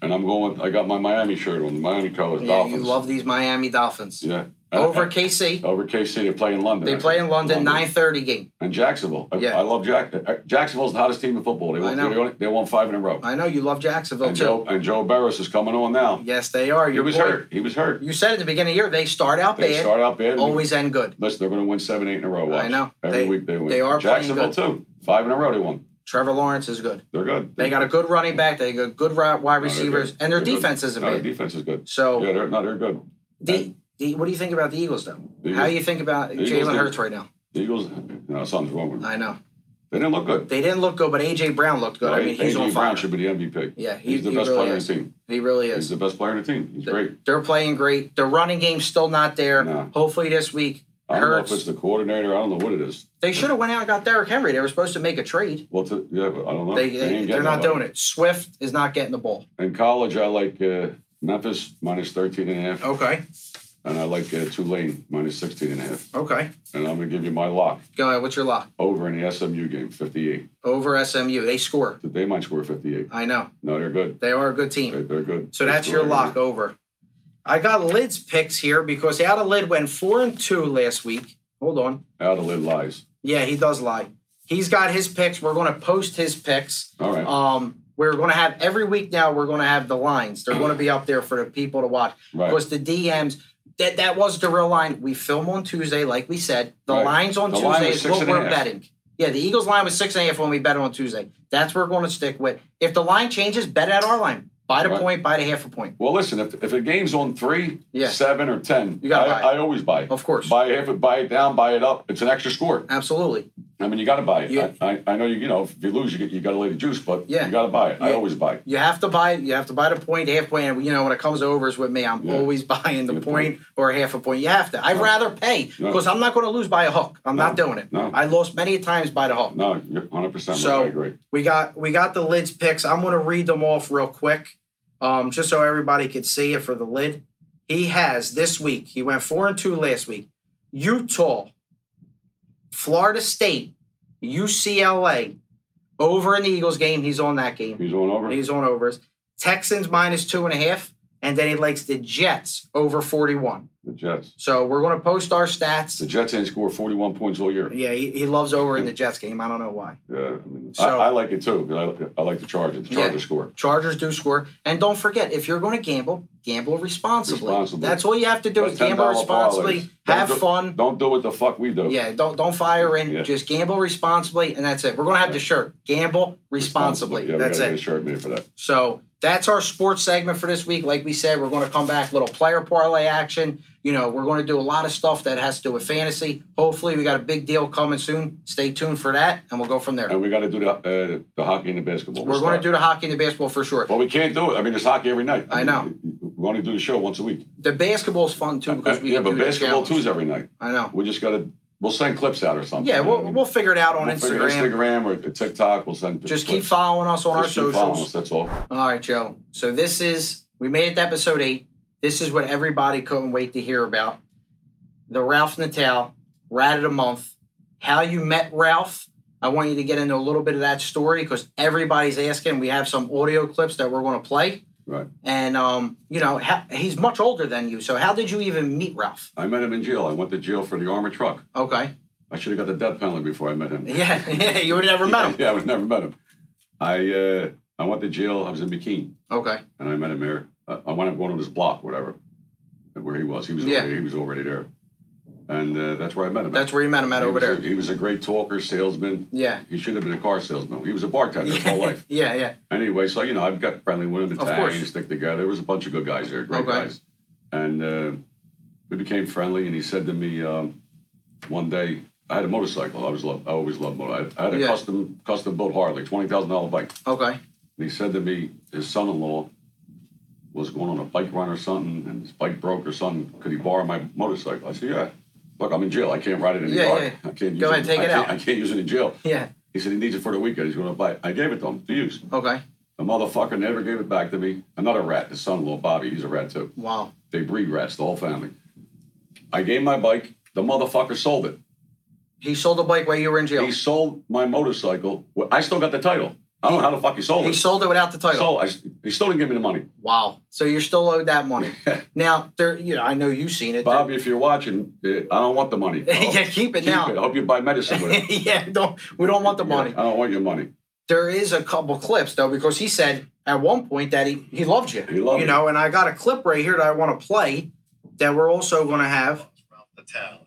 [SPEAKER 3] And I'm going. I got my Miami shirt on. The Miami colors.
[SPEAKER 4] Yeah,
[SPEAKER 3] Dolphins.
[SPEAKER 4] you love these Miami Dolphins.
[SPEAKER 3] Yeah.
[SPEAKER 4] Over KC.
[SPEAKER 3] Over KC, they play in London.
[SPEAKER 4] They play in London,
[SPEAKER 3] Uh, London.
[SPEAKER 4] 9.30 game.
[SPEAKER 3] And Jacksonville. I,
[SPEAKER 4] Yeah.
[SPEAKER 3] I love Jack. uh, Jacksonville's the hottest team in football. They
[SPEAKER 4] I
[SPEAKER 3] won,
[SPEAKER 4] know.
[SPEAKER 3] They, won, they won five in a row.
[SPEAKER 4] I know you love Jacksonville,
[SPEAKER 3] and, Joe,
[SPEAKER 4] too.
[SPEAKER 3] and Joe Barris is coming on now.
[SPEAKER 4] Yes, they are.
[SPEAKER 3] He
[SPEAKER 4] Your
[SPEAKER 3] was
[SPEAKER 4] boy-
[SPEAKER 3] hurt. He was hurt.
[SPEAKER 4] You said at the beginning of the year, they start out
[SPEAKER 3] They
[SPEAKER 4] bad,
[SPEAKER 3] start out bad. and-
[SPEAKER 4] always end good.
[SPEAKER 3] Listen, they're going to win seven, eight in a row. Watch.
[SPEAKER 4] I know.
[SPEAKER 3] Every
[SPEAKER 4] They-
[SPEAKER 3] week they win.
[SPEAKER 4] they are playing
[SPEAKER 3] Jacksonville too. Five in a row they won.
[SPEAKER 4] Trevor Lawrence is good.
[SPEAKER 3] They're good.
[SPEAKER 4] They got a good running back. They got good ri- wide
[SPEAKER 3] No, they're good.
[SPEAKER 4] receivers, and their
[SPEAKER 3] They're good.
[SPEAKER 4] defense isn't
[SPEAKER 3] No, their
[SPEAKER 4] bad.
[SPEAKER 3] defense is good. Yeah,
[SPEAKER 4] So,
[SPEAKER 3] they're no, they're good.
[SPEAKER 4] the, the, what do you think about the Eagles, though?
[SPEAKER 3] Eagles-
[SPEAKER 4] How do you think about
[SPEAKER 3] Eagles
[SPEAKER 4] Jalen
[SPEAKER 3] did-
[SPEAKER 4] Hurts right now?
[SPEAKER 3] The Eagles, you know, something's wrong with them.
[SPEAKER 4] I know
[SPEAKER 3] They didn't look good.
[SPEAKER 4] they didn't look good, but AJ Brown looked good. I mean, he's
[SPEAKER 3] A.J.
[SPEAKER 4] on
[SPEAKER 3] Brown
[SPEAKER 4] fire.
[SPEAKER 3] should be the MVP.
[SPEAKER 4] Yeah, he-
[SPEAKER 3] he's the
[SPEAKER 4] he
[SPEAKER 3] best
[SPEAKER 4] really
[SPEAKER 3] player
[SPEAKER 4] is.
[SPEAKER 3] in the team.
[SPEAKER 4] He really
[SPEAKER 3] He's
[SPEAKER 4] is.
[SPEAKER 3] the best player in the team. He's
[SPEAKER 4] They're-
[SPEAKER 3] great.
[SPEAKER 4] They're playing great. The running game's still not there.
[SPEAKER 3] No.
[SPEAKER 4] Hopefully this week,
[SPEAKER 3] I don't know if it's
[SPEAKER 4] Hurts.
[SPEAKER 3] the coordinator. I don't know what it is.
[SPEAKER 4] They should have went out and got Derrick Henry. They were supposed to make a trade.
[SPEAKER 3] Well, to, yeah, but I don't know.
[SPEAKER 4] They, they they're not doing it. Swift is not getting the ball.
[SPEAKER 3] In college, I like uh, Memphis minus 13 and a half,
[SPEAKER 4] Okay.
[SPEAKER 3] and I like uh, Tulane minus 16 and a half.
[SPEAKER 4] Okay.
[SPEAKER 3] And I'm going to give you my lock
[SPEAKER 4] Go ahead. What's your lock?
[SPEAKER 3] over in the SMU game, 58.
[SPEAKER 4] Over SMU. They score.
[SPEAKER 3] They might score 58.
[SPEAKER 4] I know.
[SPEAKER 3] No, they're good.
[SPEAKER 4] They are a good team.
[SPEAKER 3] They're, they're good.
[SPEAKER 4] So
[SPEAKER 3] They
[SPEAKER 4] that's
[SPEAKER 3] score
[SPEAKER 4] your
[SPEAKER 3] every
[SPEAKER 4] lock
[SPEAKER 3] week.
[SPEAKER 4] over. I got Lid's picks here because out of Lid went four and two last week. Hold on.
[SPEAKER 3] Out of lid lies.
[SPEAKER 4] Yeah, he does lie. He's got his picks. We're going to post his picks.
[SPEAKER 3] All right.
[SPEAKER 4] Um, we're going to have every week now. We're going to have the lines. They're going to be up there for the people to watch.
[SPEAKER 3] Right.
[SPEAKER 4] Because the DMs that that was the real line. We film on Tuesday, like we said. The
[SPEAKER 3] Right.
[SPEAKER 4] lines on
[SPEAKER 3] The
[SPEAKER 4] Tuesday
[SPEAKER 3] line was
[SPEAKER 4] is
[SPEAKER 3] six
[SPEAKER 4] what
[SPEAKER 3] and a
[SPEAKER 4] we're
[SPEAKER 3] half.
[SPEAKER 4] betting. Yeah, the Eagles line was six and a half when we bet on Tuesday. That's what we're going to stick with. If the line changes, bet at our line. By the
[SPEAKER 3] Right.
[SPEAKER 4] point, by the half a point.
[SPEAKER 3] Well, listen, if, if a game's on three,
[SPEAKER 4] Yeah.
[SPEAKER 3] seven, or 10,
[SPEAKER 4] You gotta
[SPEAKER 3] I,
[SPEAKER 4] buy it.
[SPEAKER 3] I always buy it.
[SPEAKER 4] Of course.
[SPEAKER 3] Buy it, half, buy it down, buy it up. It's an extra score.
[SPEAKER 4] Absolutely.
[SPEAKER 3] I mean, you got to buy it.
[SPEAKER 4] Yeah.
[SPEAKER 3] I, I, I know you. You know, if you lose, you get you got to lay the juice, but
[SPEAKER 4] Yeah.
[SPEAKER 3] you got to buy it. I
[SPEAKER 4] Yeah.
[SPEAKER 3] always buy it.
[SPEAKER 4] You have to buy. You have to buy the point, half point. And you know when it comes to overs with me, I'm
[SPEAKER 3] Yeah.
[SPEAKER 4] always buying the
[SPEAKER 3] Good
[SPEAKER 4] point or half a point. You have to. I'd rather pay
[SPEAKER 3] No.
[SPEAKER 4] because I'm not going to lose by a hook. I'm not
[SPEAKER 3] No.
[SPEAKER 4] doing it.
[SPEAKER 3] No.
[SPEAKER 4] I lost many times by the hook.
[SPEAKER 3] No, you're 100. percent
[SPEAKER 4] So-
[SPEAKER 3] I agree.
[SPEAKER 4] We got we got the lids picks. I'm going to read them off real quick, um, just so everybody could see it for the lid. He has this week. He went four and two last week. Utah, Florida State, UCLA, over in the Eagles game. He's on that game.
[SPEAKER 3] He's on over.
[SPEAKER 4] He's on overs. Texans minus two and a half, and then he likes the Jets over 41.
[SPEAKER 3] the Jets.
[SPEAKER 4] So we're going to post our
[SPEAKER 3] The
[SPEAKER 4] stats.
[SPEAKER 3] Jets ain't scored 41 points all year.
[SPEAKER 4] Yeah, he, he loves over in the Jets game. I don't know why.
[SPEAKER 3] Yeah, I, mean,
[SPEAKER 4] So-
[SPEAKER 3] I, I like it too. 'cause I, I like the Chargers. The
[SPEAKER 4] Yeah.
[SPEAKER 3] Chargers score.
[SPEAKER 4] Chargers do score. And don't forget, if you're going to gamble, gamble responsibly.
[SPEAKER 3] Responsibly.
[SPEAKER 4] That's all you have to do is
[SPEAKER 3] That's $10
[SPEAKER 4] gamble responsibly,
[SPEAKER 3] parlays. Don't
[SPEAKER 4] have
[SPEAKER 3] do-
[SPEAKER 4] fun.
[SPEAKER 3] Don't do what the fuck we do.
[SPEAKER 4] Yeah, don't don't fire in.
[SPEAKER 3] Yeah.
[SPEAKER 4] Just gamble responsibly, and that's it. We're gonna have the shirt. Gamble responsibly.
[SPEAKER 3] Yeah, we
[SPEAKER 4] that's
[SPEAKER 3] gotta
[SPEAKER 4] it.
[SPEAKER 3] Get a shirt made for that.
[SPEAKER 4] So that's our sports segment for this week. Like we said, we're going to come back little player parlay action. You know, we're going to do a lot of stuff that has to do with fantasy. Hopefully, we got a big deal coming soon. Stay tuned for that, and we'll go from there.
[SPEAKER 3] And we got to do the, uh, the hockey and the basketball.
[SPEAKER 4] We're going to do the hockey and the basketball for sure.
[SPEAKER 3] Well, we can't do it. I mean, it's hockey every night.
[SPEAKER 4] I know.
[SPEAKER 3] We only do the show once a week.
[SPEAKER 4] The basketball's fun too because we
[SPEAKER 3] yeah,
[SPEAKER 4] can
[SPEAKER 3] but
[SPEAKER 4] do the
[SPEAKER 3] basketball
[SPEAKER 4] challenge.
[SPEAKER 3] two's every night.
[SPEAKER 4] I know.
[SPEAKER 3] We just got to. We'll send clips out or something.
[SPEAKER 4] Yeah,
[SPEAKER 3] you know
[SPEAKER 4] we'll
[SPEAKER 3] what I mean?
[SPEAKER 4] we'll figure it out on
[SPEAKER 3] We'll figure
[SPEAKER 4] Instagram.
[SPEAKER 3] Instagram or TikTok. We'll send.
[SPEAKER 4] Just keep
[SPEAKER 3] clips.
[SPEAKER 4] following us on
[SPEAKER 3] Just
[SPEAKER 4] our
[SPEAKER 3] keep following
[SPEAKER 4] socials.
[SPEAKER 3] us, That's all.
[SPEAKER 4] All right, Joe. So this is we made it to episode eight. This is what everybody couldn't wait to hear about. The Ralph Natal Rat of the Month. How you met Ralph. I want you to get into a little bit of that story because everybody's asking. We have some audio clips that we're going to play.
[SPEAKER 3] Right.
[SPEAKER 4] And um, you know, ha- he's much older than you. So how did you even meet Ralph?
[SPEAKER 3] I met him in jail. I went to jail for the armored truck.
[SPEAKER 4] Okay.
[SPEAKER 3] I should have got the death penalty before I met him.
[SPEAKER 4] Yeah, yeah, you would have never met him.
[SPEAKER 3] Yeah, I would never met him. I uh, I went to jail. I was in McKean,
[SPEAKER 4] Okay.
[SPEAKER 3] and I met him there. I, I went up one of his block, whatever, where he was. He was
[SPEAKER 4] Yeah.
[SPEAKER 3] already, he was already there, and uh, that's where I met him.
[SPEAKER 4] That's where you met him at
[SPEAKER 3] He
[SPEAKER 4] over
[SPEAKER 3] was a-
[SPEAKER 4] there.
[SPEAKER 3] he was a great talker, salesman.
[SPEAKER 4] Yeah.
[SPEAKER 3] He should have been a car salesman. He was a bartender his whole life.
[SPEAKER 4] Yeah, yeah.
[SPEAKER 3] Anyway, so you know, I've got friendly with him.
[SPEAKER 4] Of
[SPEAKER 3] Italian,
[SPEAKER 4] course.
[SPEAKER 3] stick together. There was a bunch of good guys there, great
[SPEAKER 4] Okay.
[SPEAKER 3] guys, and uh, we became friendly. And he said to me um, one day, I had a motorcycle. I was love, I always loved motor. I, I had a
[SPEAKER 4] Yeah.
[SPEAKER 3] custom custom built Harley, twenty thousand dollar bike.
[SPEAKER 4] Okay.
[SPEAKER 3] And he said to me, his son-in-law was going on a bike run or something, and his bike broke or something. Could he borrow my motorcycle? I said, yeah. Look, I'm in jail. I can't ride it in
[SPEAKER 4] Yeah,
[SPEAKER 3] the car.
[SPEAKER 4] yeah.
[SPEAKER 3] I can't use
[SPEAKER 4] Go
[SPEAKER 3] it.
[SPEAKER 4] ahead, take
[SPEAKER 3] I
[SPEAKER 4] it
[SPEAKER 3] can't-
[SPEAKER 4] out."
[SPEAKER 3] I can't use it in jail.
[SPEAKER 4] Yeah.
[SPEAKER 3] He said he needs it for the weekend. He's going to buy it. I gave it to him to use.
[SPEAKER 4] Okay.
[SPEAKER 3] The motherfucker never gave it back to me. Another rat, his son-in-law Bobby, he's a rat too.
[SPEAKER 4] Wow.
[SPEAKER 3] They breed rats, the whole family. I gave my bike. The motherfucker sold it.
[SPEAKER 4] He sold the bike while you were in jail.
[SPEAKER 3] He sold my motorcycle. Well, I still got the title. I don't know how the fuck he sold
[SPEAKER 4] He
[SPEAKER 3] it.
[SPEAKER 4] sold it without the title.
[SPEAKER 3] So I, he still didn't give me the money.
[SPEAKER 4] Wow. So you're still owed that money. now, there, you know, I know you've seen it.
[SPEAKER 3] Bobby, if you're watching, eh, I don't want the money.
[SPEAKER 4] yeah, keep it
[SPEAKER 3] Keep
[SPEAKER 4] now.
[SPEAKER 3] it. I hope you buy medicine with it.
[SPEAKER 4] yeah, don't we don't want the money.
[SPEAKER 3] I don't want your money.
[SPEAKER 4] There is a couple clips though, because he said at one point that he he loved you.
[SPEAKER 3] He loved
[SPEAKER 4] you
[SPEAKER 3] me.
[SPEAKER 4] know, and I got a clip right here that I want to play that we're also going to have.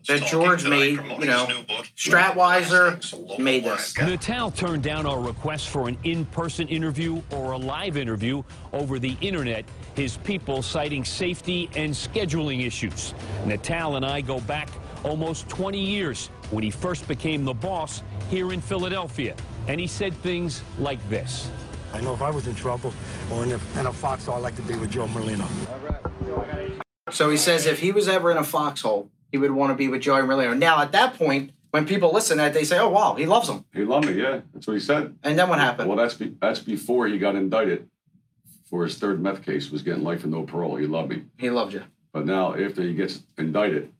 [SPEAKER 1] that George made, you know,
[SPEAKER 4] Stratweiser
[SPEAKER 1] Stratweiser
[SPEAKER 4] made
[SPEAKER 1] made
[SPEAKER 4] this.
[SPEAKER 1] this.
[SPEAKER 2] Natal turned down our request for an in person interview or a live interview over the internet, his people citing safety and scheduling issues. Natal and I go back almost 20 years when he first became the boss here in Philadelphia, and he said things like this.
[SPEAKER 6] I know if I was in trouble or in a, in a foxhole, I'd like to be with Joe Merlino.
[SPEAKER 4] So he says if he was ever in a foxhole, he would want to be with Joey Merlino. Now at that point, when people listen to that, they say, "Oh wow, he loves him."
[SPEAKER 3] He loved me, yeah. That's what he said.
[SPEAKER 4] And then what happened?
[SPEAKER 3] Well, that's be- that's before he got indicted for his third meth case, was getting life and no parole. He loved me.
[SPEAKER 4] He loved you.
[SPEAKER 3] But now, after he gets indicted,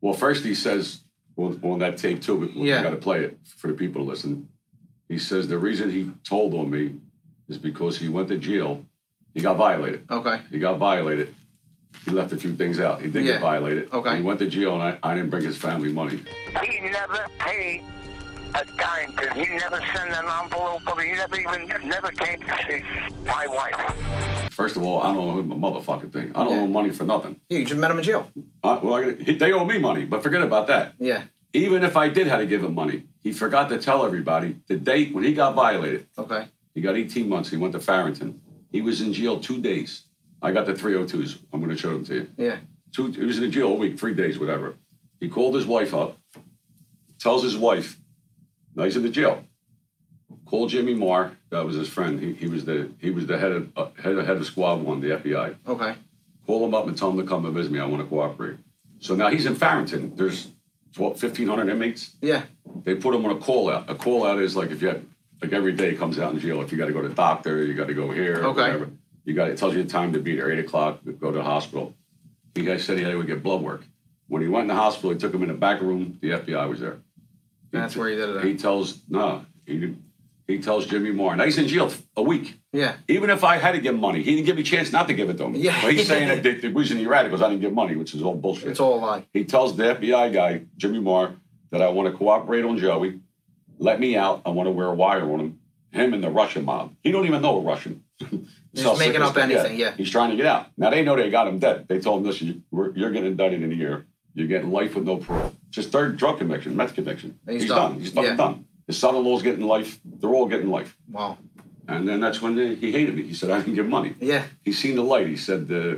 [SPEAKER 3] well, first he says well, on that tape too. We,
[SPEAKER 4] Yeah.
[SPEAKER 3] got to play it for the people to listen. He says the reason he told on me is because he went to jail. He got violated.
[SPEAKER 4] Okay.
[SPEAKER 3] He got violated. He left a few things out. He did
[SPEAKER 4] Yeah.
[SPEAKER 3] get violated.
[SPEAKER 4] Okay.
[SPEAKER 3] He went to jail, and I, I didn't bring his family money.
[SPEAKER 7] He never paid a dime to He never sent an envelope over. He never even never came to see my wife.
[SPEAKER 3] First of all, I don't owe him a motherfucking thing. I don't
[SPEAKER 4] Yeah.
[SPEAKER 3] owe him money for nothing.
[SPEAKER 4] Yeah, you just met him in jail.
[SPEAKER 3] I, well, I, he- they owe me money, but forget about that.
[SPEAKER 4] Yeah.
[SPEAKER 3] Even if I did have to give him money, he forgot to tell everybody the date when he got violated.
[SPEAKER 4] Okay.
[SPEAKER 3] He got 18 months. He went to Farrington. He was in jail two days. I got the 302s. I'm going to show them to you.
[SPEAKER 4] Yeah.
[SPEAKER 3] Two, he was in jail a week, three days, whatever. He called his wife up, tells his wife, now he's in the jail. Call Jimmy Marr. That was his friend. He, he was the he was the head of uh, head, of- head of squad one, the FBI
[SPEAKER 4] Okay.
[SPEAKER 3] call him up and tell him to come and visit me. I want to cooperate. So now he's in Farrington. There's 12, 1,500 inmates.
[SPEAKER 4] Yeah.
[SPEAKER 3] They put him on a call out. A call out is like if you have, like every day comes out in jail. If you got to go to the doctor, you got to go here,
[SPEAKER 4] Okay.
[SPEAKER 3] whatever. You got it tells you the time to be there, eight o'clock. Go to the hospital. The guy said he had to go get blood work. When he went in the hospital, he took him in the back room. The FBI was there.
[SPEAKER 4] That's where he did it.
[SPEAKER 3] He
[SPEAKER 4] At.
[SPEAKER 3] tells no. He he tells Jimmy Moore. Now he's in jail a week.
[SPEAKER 4] Yeah.
[SPEAKER 3] Even if I had to give him money, he didn't give me a chance not to give it to him.
[SPEAKER 4] Yeah.
[SPEAKER 3] But he's saying that the, the reason he ratted was I didn't give money, which is all bullshit.
[SPEAKER 4] It's all a lie.
[SPEAKER 3] he tells the FBI guy, Jimmy Marr, that I want to cooperate on Joey. Let me out. I want to wear a wire on him. Him and the Russian mob. He don't even know a Russian. He's
[SPEAKER 4] making up anything, yeah.
[SPEAKER 3] He's trying to get out. Now they know they got him dead. They told him, listen, you, we're, you're getting indicted in a year. You're getting life with no parole. Just third drug conviction, meth conviction.
[SPEAKER 4] He's
[SPEAKER 3] He's,
[SPEAKER 4] done.
[SPEAKER 3] done. He's fucking
[SPEAKER 4] Yeah.
[SPEAKER 3] done. His son-in-law's getting life. They're all getting life.
[SPEAKER 4] Wow.
[SPEAKER 3] And then that's when they, he hated me. He said, I didn't give money.
[SPEAKER 4] Yeah.
[SPEAKER 3] He seen the light. He said, uh,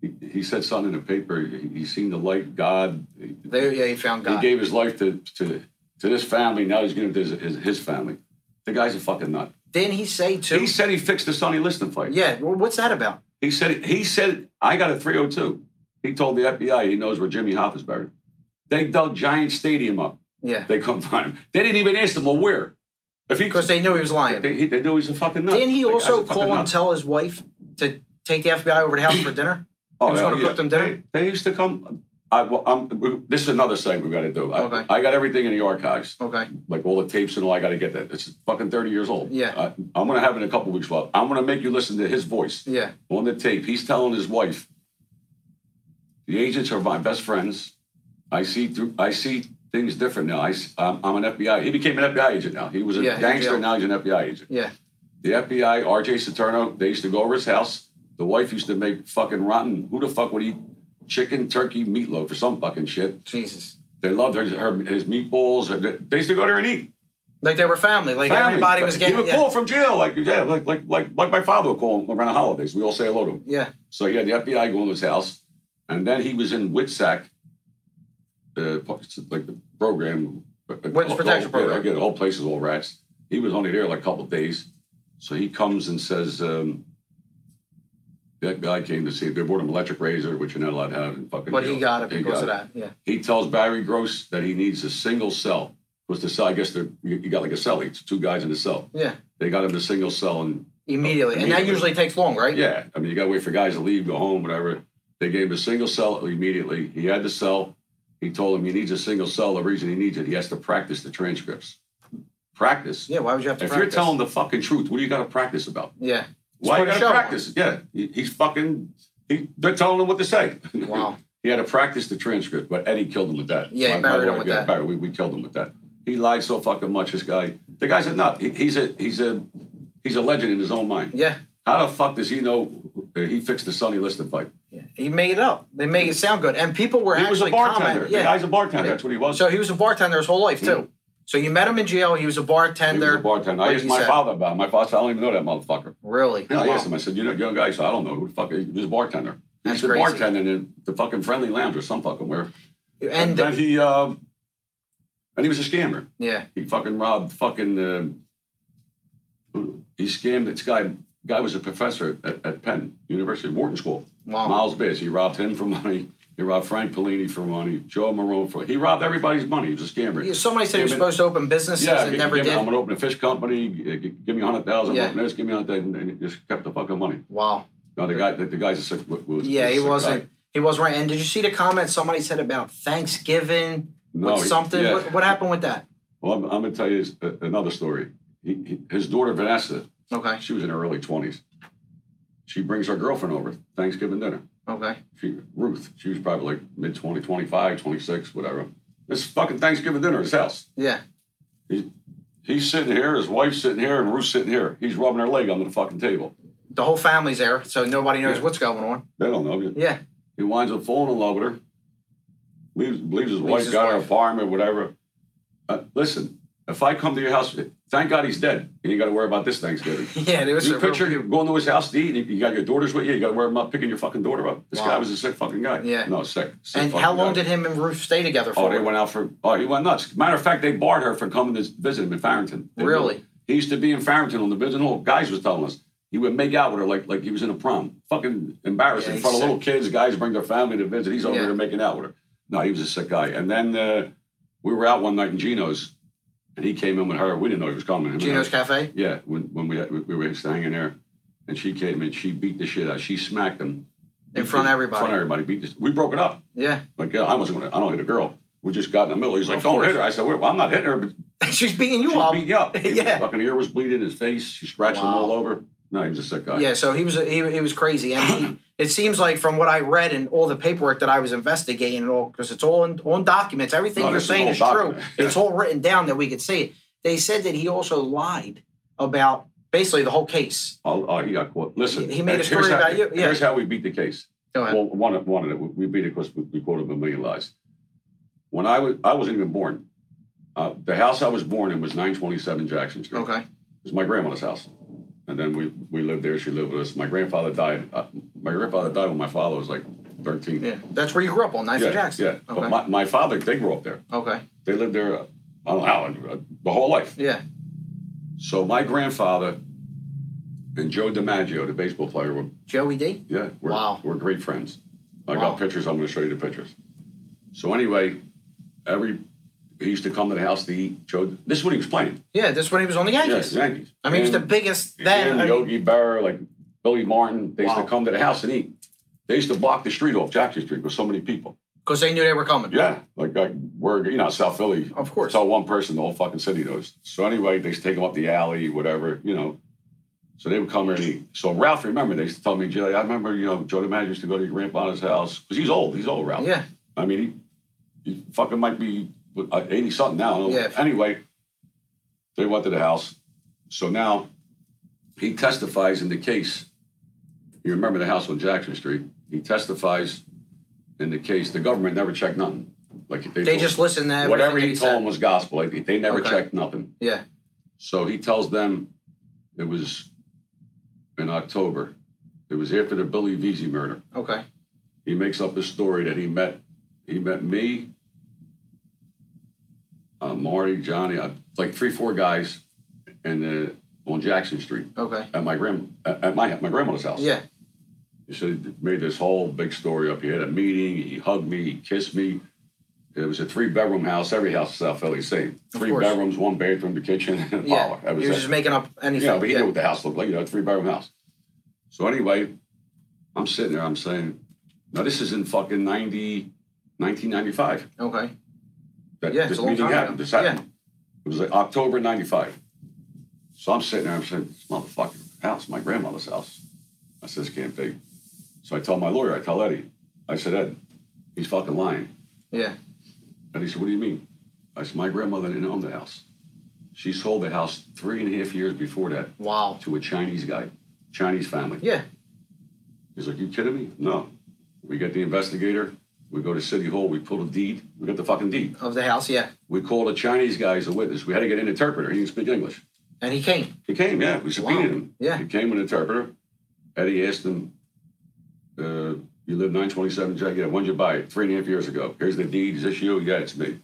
[SPEAKER 3] he, he said something in the paper. He, he seen the light. God, he,
[SPEAKER 4] They, yeah, he found
[SPEAKER 3] he
[SPEAKER 4] God.
[SPEAKER 3] gave his life to, to, to this family. Now he's going to his, his, his family. The guy's a fucking nut.
[SPEAKER 4] Didn't he say too?
[SPEAKER 3] He said he fixed the Sonny Liston fight.
[SPEAKER 4] yeah. Well, what's that about?
[SPEAKER 3] He said, he said, I got a 302. He told the FBI he knows where Jimmy Hoffa's is buried. They dug Giant Stadium up.
[SPEAKER 4] Yeah.
[SPEAKER 3] They come find him. They didn't even ask him, well, where? If he,
[SPEAKER 4] Because they knew he was lying.
[SPEAKER 3] they, he- they knew he's a fucking nut.
[SPEAKER 4] Didn't he
[SPEAKER 3] The guy's
[SPEAKER 4] also
[SPEAKER 3] a fucking
[SPEAKER 4] call and
[SPEAKER 3] nut.
[SPEAKER 4] tell his wife to take the FBI over to the house for dinner? He was
[SPEAKER 3] yeah,
[SPEAKER 4] gonna
[SPEAKER 3] Oh, yeah.
[SPEAKER 4] cook them dinner?
[SPEAKER 3] They, they used to come. I, well, I'm, we- this is another site we got to do. I,
[SPEAKER 4] Okay.
[SPEAKER 3] I got everything in the archives,
[SPEAKER 4] Okay.
[SPEAKER 3] like all the tapes and all. I got to get that. It's fucking thirty years old.
[SPEAKER 4] Yeah.
[SPEAKER 3] I, I'm gonna have it in a couple weeks. Well, I'm gonna make you listen to his voice
[SPEAKER 4] Yeah.
[SPEAKER 3] on the tape. He's telling his wife, "The agents are my best friends. I see through. I see things different now. I, am I'm an FBI. He became an FBI agent now. He was a
[SPEAKER 4] Yeah, he's in
[SPEAKER 3] gangster.
[SPEAKER 4] jail.
[SPEAKER 3] Now he's an FBI agent.
[SPEAKER 4] Yeah.
[SPEAKER 3] The FBI, RJ Saturno, they used to go over his house. The wife used to make fucking rotten. Who the fuck would eat chicken, turkey, meatloaf, or some fucking shit?
[SPEAKER 4] Jesus.
[SPEAKER 3] They loved her, her his meatballs. Her, they used to go there and eat.
[SPEAKER 4] Like they were family. Like
[SPEAKER 3] Family.
[SPEAKER 4] everybody was
[SPEAKER 3] He
[SPEAKER 4] getting.
[SPEAKER 3] would
[SPEAKER 4] Yeah.
[SPEAKER 3] call from jail, like yeah, like like like like my father would call him around the holidays. We all say hello to him.
[SPEAKER 4] yeah.
[SPEAKER 3] So he had the FBI go in his house, and then he was in Witsack, uh, like the program.
[SPEAKER 4] Witness Protection Program.
[SPEAKER 3] Again, all places, all rats. He was only there like a couple of days. So he comes and says, um, that guy came to see, they bought him an electric razor, which you're not allowed to have in fucking
[SPEAKER 4] But he
[SPEAKER 3] jail.
[SPEAKER 4] got it
[SPEAKER 3] He
[SPEAKER 4] because of
[SPEAKER 3] got it.
[SPEAKER 4] that. Yeah.
[SPEAKER 3] He tells Barry Gross that he needs a single cell. Was the cell, I guess they're- you you got like a cell, each two guys in a cell.
[SPEAKER 4] Yeah.
[SPEAKER 3] They got him a single cell and
[SPEAKER 4] immediately. And that
[SPEAKER 3] Immediately.
[SPEAKER 4] usually takes long, right?
[SPEAKER 3] Yeah, I mean, you gotta wait for guys to leave, go home, whatever. They gave him a single cell immediately. He had the cell. He told him he needs a single cell. The reason he needs it, he has to practice the transcripts. Practice.
[SPEAKER 4] Yeah, why would you have to
[SPEAKER 3] If you're
[SPEAKER 4] practice?
[SPEAKER 3] telling the fucking truth, what do you gotta practice about?
[SPEAKER 4] Yeah.
[SPEAKER 3] Why you
[SPEAKER 4] part of
[SPEAKER 3] gotta
[SPEAKER 4] show.
[SPEAKER 3] practice? Yeah, he, he's fucking. He, they're telling him what to say.
[SPEAKER 4] Wow.
[SPEAKER 3] he had to practice the transcript, but Eddie killed him with that.
[SPEAKER 4] Yeah, he buried him with
[SPEAKER 3] yeah,
[SPEAKER 4] that.
[SPEAKER 3] Barry, we, we killed him with that. He lied so fucking much. This guy, the guy's a nut. He, he's a he's a he's a legend in his own mind.
[SPEAKER 4] Yeah.
[SPEAKER 3] How the fuck does he know uh, he fixed the Sonny Liston fight?
[SPEAKER 4] He made it up. They make it sound good. And people were
[SPEAKER 3] He was a
[SPEAKER 4] actually
[SPEAKER 3] bartender.
[SPEAKER 4] commenting. Yeah.
[SPEAKER 3] The guy's a bartender. That's what he was.
[SPEAKER 4] So he was a bartender his whole life too. So you met him in jail. He was a
[SPEAKER 3] he
[SPEAKER 4] bartender.
[SPEAKER 3] was a bartender. I
[SPEAKER 4] like
[SPEAKER 3] asked
[SPEAKER 4] you
[SPEAKER 3] my
[SPEAKER 4] said. Oh,
[SPEAKER 3] father about him. My father said, I don't even know that motherfucker.
[SPEAKER 4] Really?
[SPEAKER 3] And I asked him, I said, you know, young guy, so I don't know who the fuck, he was a bartender. He
[SPEAKER 4] That's
[SPEAKER 3] was a
[SPEAKER 4] crazy.
[SPEAKER 3] bartender in the fucking Friendly Lounge or some fucking where.
[SPEAKER 4] And
[SPEAKER 3] then he, um, and he was a scammer.
[SPEAKER 4] yeah,
[SPEAKER 3] He fucking robbed fucking. Uh, he scammed this guy. Guy was a professor at, at Penn University, Wharton School.
[SPEAKER 4] Wow.
[SPEAKER 3] Miles Bass. He robbed him for money. He robbed Frank Pellini for money. Joe Marone for. He robbed everybody's money. He was a scammer.
[SPEAKER 4] Yeah, somebody said he was
[SPEAKER 3] Him and-
[SPEAKER 4] supposed to open businesses
[SPEAKER 3] yeah,
[SPEAKER 4] and
[SPEAKER 3] give-
[SPEAKER 4] never
[SPEAKER 3] give me- I'm
[SPEAKER 4] did.
[SPEAKER 3] gonna open a fish company. g- g- Give me a hundred thousand.
[SPEAKER 4] Yeah.
[SPEAKER 3] Yeah. This, give me a hundred thousand, and he just kept the fucking money.
[SPEAKER 4] Wow.
[SPEAKER 3] No, the guy, the, the guy's a sick. Was, was
[SPEAKER 4] Yeah,
[SPEAKER 3] a
[SPEAKER 4] he
[SPEAKER 3] sick guy.
[SPEAKER 4] wasn't. He wasn't right. And did you see the comment somebody said about Thanksgiving
[SPEAKER 3] No,
[SPEAKER 4] with
[SPEAKER 3] he-
[SPEAKER 4] something?
[SPEAKER 3] yeah.
[SPEAKER 4] What, what happened with that?
[SPEAKER 3] Well, I'm, I'm gonna tell you his, uh, another story. He, he, his daughter Vanessa,
[SPEAKER 4] Okay.
[SPEAKER 3] she was in her early twenties. She brings her girlfriend over Thanksgiving dinner.
[SPEAKER 4] Okay.
[SPEAKER 3] She Ruth, she was probably like mid 20, 25, 26, whatever. This fucking Thanksgiving dinner, at his house.
[SPEAKER 4] Yeah.
[SPEAKER 3] He, he's sitting here, his wife's sitting here, and Ruth's sitting here. He's rubbing her leg under the fucking table.
[SPEAKER 4] The whole family's there, so nobody knows
[SPEAKER 3] Yeah.
[SPEAKER 4] what's going on.
[SPEAKER 3] They don't know.
[SPEAKER 4] Yeah.
[SPEAKER 3] He winds up falling in love with her. Believes, believes his wife
[SPEAKER 4] his
[SPEAKER 3] got her
[SPEAKER 4] wife.
[SPEAKER 3] apartment, whatever. Uh, listen, if I come to your house, thank God he's dead. You ain't got to worry about this Thanksgiving.
[SPEAKER 4] Yeah. There was
[SPEAKER 3] You
[SPEAKER 4] a
[SPEAKER 3] picture
[SPEAKER 4] real-
[SPEAKER 3] you going to his house to eat, and you got your daughters with you. You got to worry about picking your fucking daughter up. This
[SPEAKER 4] Wow.
[SPEAKER 3] guy was a sick fucking guy.
[SPEAKER 4] Yeah.
[SPEAKER 3] no, sick. sick
[SPEAKER 4] And
[SPEAKER 3] fucking
[SPEAKER 4] how long
[SPEAKER 3] guy.
[SPEAKER 4] did him and Ruth stay together
[SPEAKER 3] Oh,
[SPEAKER 4] for?
[SPEAKER 3] they went out for. Oh, he went nuts. Matter of fact, they barred her for coming to visit him in Farrington. They
[SPEAKER 4] Really?
[SPEAKER 3] did. He used to be in Farrington on the Vision Hall. Guys was telling us he would make out with her like like he was in a prom. Fucking embarrassing
[SPEAKER 4] Yeah,
[SPEAKER 3] in front of
[SPEAKER 4] he's
[SPEAKER 3] little kids. Guys bring their family to visit. He's over
[SPEAKER 4] Yeah.
[SPEAKER 3] there making out with her. No, he was a sick guy. And then uh, we were out one night in Gino's, and he came in with her. We didn't know he was coming. Him and
[SPEAKER 4] Gino's
[SPEAKER 3] her-
[SPEAKER 4] Cafe.
[SPEAKER 3] yeah, when when we had, we were hanging there, and she came in, she beat the shit out. She smacked him
[SPEAKER 4] In front of everybody.
[SPEAKER 3] In front of everybody, beat this. We broke it up.
[SPEAKER 4] Yeah.
[SPEAKER 3] Like yeah, I wasn't gonna. I don't hit a girl. We just got in the middle. He's like,
[SPEAKER 4] Of
[SPEAKER 3] "Don't
[SPEAKER 4] course.
[SPEAKER 3] hit her." I said, "Well, I'm not hitting her." But
[SPEAKER 4] She's beating you
[SPEAKER 3] she
[SPEAKER 4] up.
[SPEAKER 3] beat you up. His
[SPEAKER 4] Yeah.
[SPEAKER 3] fucking ear was bleeding. His face. She scratched him
[SPEAKER 4] Wow.
[SPEAKER 3] all over. No, he was a sick guy.
[SPEAKER 4] Yeah, so he was he, he was crazy, and he, it seems like from what I read and all the paperwork that I was investigating and all, because it's all in, on documents. Everything
[SPEAKER 3] No,
[SPEAKER 4] you're
[SPEAKER 3] this is
[SPEAKER 4] saying
[SPEAKER 3] all
[SPEAKER 4] is
[SPEAKER 3] document.
[SPEAKER 4] true. It's all written down that we could see it. They said that he also lied about basically the whole case.
[SPEAKER 3] Oh, oh, he got caught. Listen,
[SPEAKER 4] He made a
[SPEAKER 3] here's
[SPEAKER 4] story
[SPEAKER 3] how-
[SPEAKER 4] about you. Yeah.
[SPEAKER 3] Here's how we beat the case.
[SPEAKER 4] Go ahead.
[SPEAKER 3] Well, one of one of it. We beat it because we, we quoted him a million lies. When I was, I wasn't even born. Uh, the house I was born in was 927 Jackson Street.
[SPEAKER 4] okay.
[SPEAKER 3] It was my grandmother's house. And then we, we lived there. She lived with us. My grandfather died. Uh, my grandfather died when my father was like 13.
[SPEAKER 4] Yeah, that's where you grew up on Knife
[SPEAKER 3] yeah.
[SPEAKER 4] and Jackson.
[SPEAKER 3] yeah.
[SPEAKER 4] Okay.
[SPEAKER 3] But my, my father, they grew up there.
[SPEAKER 4] okay.
[SPEAKER 3] They lived there, uh, I don't know, how, uh, the whole life.
[SPEAKER 4] Yeah.
[SPEAKER 3] So my grandfather and Joe DiMaggio, the baseball player, were,
[SPEAKER 4] Joey D.
[SPEAKER 3] yeah, we're,
[SPEAKER 4] Wow.
[SPEAKER 3] we're great friends. I
[SPEAKER 4] Wow.
[SPEAKER 3] got pictures. I'm going to show you the pictures. So anyway, every he used to come to the house to eat. Joe, this is what he was playing.
[SPEAKER 4] Yeah, that's when he was on the Yankees.
[SPEAKER 3] Yes, Yankees.
[SPEAKER 4] I mean, he was the
[SPEAKER 3] And-
[SPEAKER 4] biggest
[SPEAKER 3] Then
[SPEAKER 4] then. I mean,
[SPEAKER 3] Yogi Berra, like Billy Martin, they used
[SPEAKER 4] Wow.
[SPEAKER 3] to come to the house and eat. They used to block the street off Jackson Street with so many people.
[SPEAKER 4] because they knew they were coming.
[SPEAKER 3] Yeah, like, like we're you know South Philly.
[SPEAKER 4] Of course.
[SPEAKER 3] Tell one person the whole fucking city knows. So anyway, they used to take them up the alley, whatever, you know. So they would come here and eat. So Ralph, remember, they used to tell me, Jay, I remember, you know, Joe DiMaggio used to go to your grandfather's house because he's old. He's old, Ralph.
[SPEAKER 4] Yeah.
[SPEAKER 3] I mean, he, he fucking might be uh, 80 something now. I don't know.
[SPEAKER 4] Yeah.
[SPEAKER 3] Anyway, they went to the house. So now he testifies in the case. You remember the house on Jackson Street? He testifies in the case. The government never checked nothing. Like they,
[SPEAKER 4] They
[SPEAKER 3] told-
[SPEAKER 4] just listened to everything
[SPEAKER 3] whatever
[SPEAKER 4] that
[SPEAKER 3] he
[SPEAKER 4] he
[SPEAKER 3] told
[SPEAKER 4] said.
[SPEAKER 3] them was gospel. Like, they- they never
[SPEAKER 4] Okay.
[SPEAKER 3] checked nothing.
[SPEAKER 4] Yeah.
[SPEAKER 3] So he tells them it was in October. It was after the Billy Veazey murder
[SPEAKER 4] Okay.
[SPEAKER 3] he makes up this story that he met he met me uh, marty johnny uh, like three four guys and uh, on jackson street
[SPEAKER 4] Okay.
[SPEAKER 3] at my grand at at my my grandmother's house
[SPEAKER 4] Yeah.
[SPEAKER 3] he said he made this whole big story up he had a meeting he hugged me he kissed me It was a three bedroom house. Every house in South Philly, same. Three
[SPEAKER 4] course.
[SPEAKER 3] bedrooms, one bathroom, the kitchen, and a
[SPEAKER 4] Yeah,
[SPEAKER 3] parlor. That was
[SPEAKER 4] you're
[SPEAKER 3] it.
[SPEAKER 4] just making up anything.
[SPEAKER 3] Yeah, but he
[SPEAKER 4] Yeah.
[SPEAKER 3] knew what the house looked like, you know, three bedroom house. So anyway, I'm sitting there, I'm saying, now this is in fucking 90, 1995.
[SPEAKER 4] Okay.
[SPEAKER 3] That
[SPEAKER 4] Yeah, it's
[SPEAKER 3] this
[SPEAKER 4] a long
[SPEAKER 3] meeting
[SPEAKER 4] time
[SPEAKER 3] happened.
[SPEAKER 4] ago.
[SPEAKER 3] This happened. It was like October 95. So I'm sitting there, I'm saying, this motherfucking house, my grandmother's house. I said, this can't be. So I tell my lawyer, I tell Eddie, I said, Ed, he's fucking lying.
[SPEAKER 4] Yeah.
[SPEAKER 3] And he said, What do you mean? I said, My grandmother didn't own the house. She sold the house three and a half years before that
[SPEAKER 4] Wow.
[SPEAKER 3] to a Chinese guy, Chinese family.
[SPEAKER 4] Yeah.
[SPEAKER 3] He's like, You kidding me? No. We get the investigator, we go to City Hall, we pull the deed, we got the fucking deed.
[SPEAKER 4] Of the house. Yeah.
[SPEAKER 3] We called a Chinese guy as a witness. We had to get an interpreter. He didn't speak English.
[SPEAKER 4] And he came.
[SPEAKER 3] He came, yeah. We subpoenaed
[SPEAKER 4] Wow.
[SPEAKER 3] him.
[SPEAKER 4] Yeah.
[SPEAKER 3] He came with an interpreter. Eddie asked him, uh, you live 927 Jack. Yeah, when'd you buy it? Three and a half years ago. Here's the deed. Is this you? Yeah, it's me.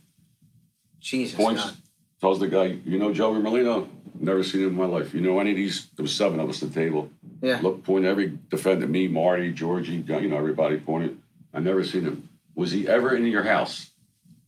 [SPEAKER 4] Jesus.
[SPEAKER 3] points,
[SPEAKER 4] God.
[SPEAKER 3] tells the guy, you know Joey Merlino? Never seen him in my life. You know any of these? There was seven of us at the table.
[SPEAKER 4] Yeah.
[SPEAKER 3] Look, point every defendant, me, Marty, Georgie, you know, everybody pointed. I never seen him. Was he ever in your house?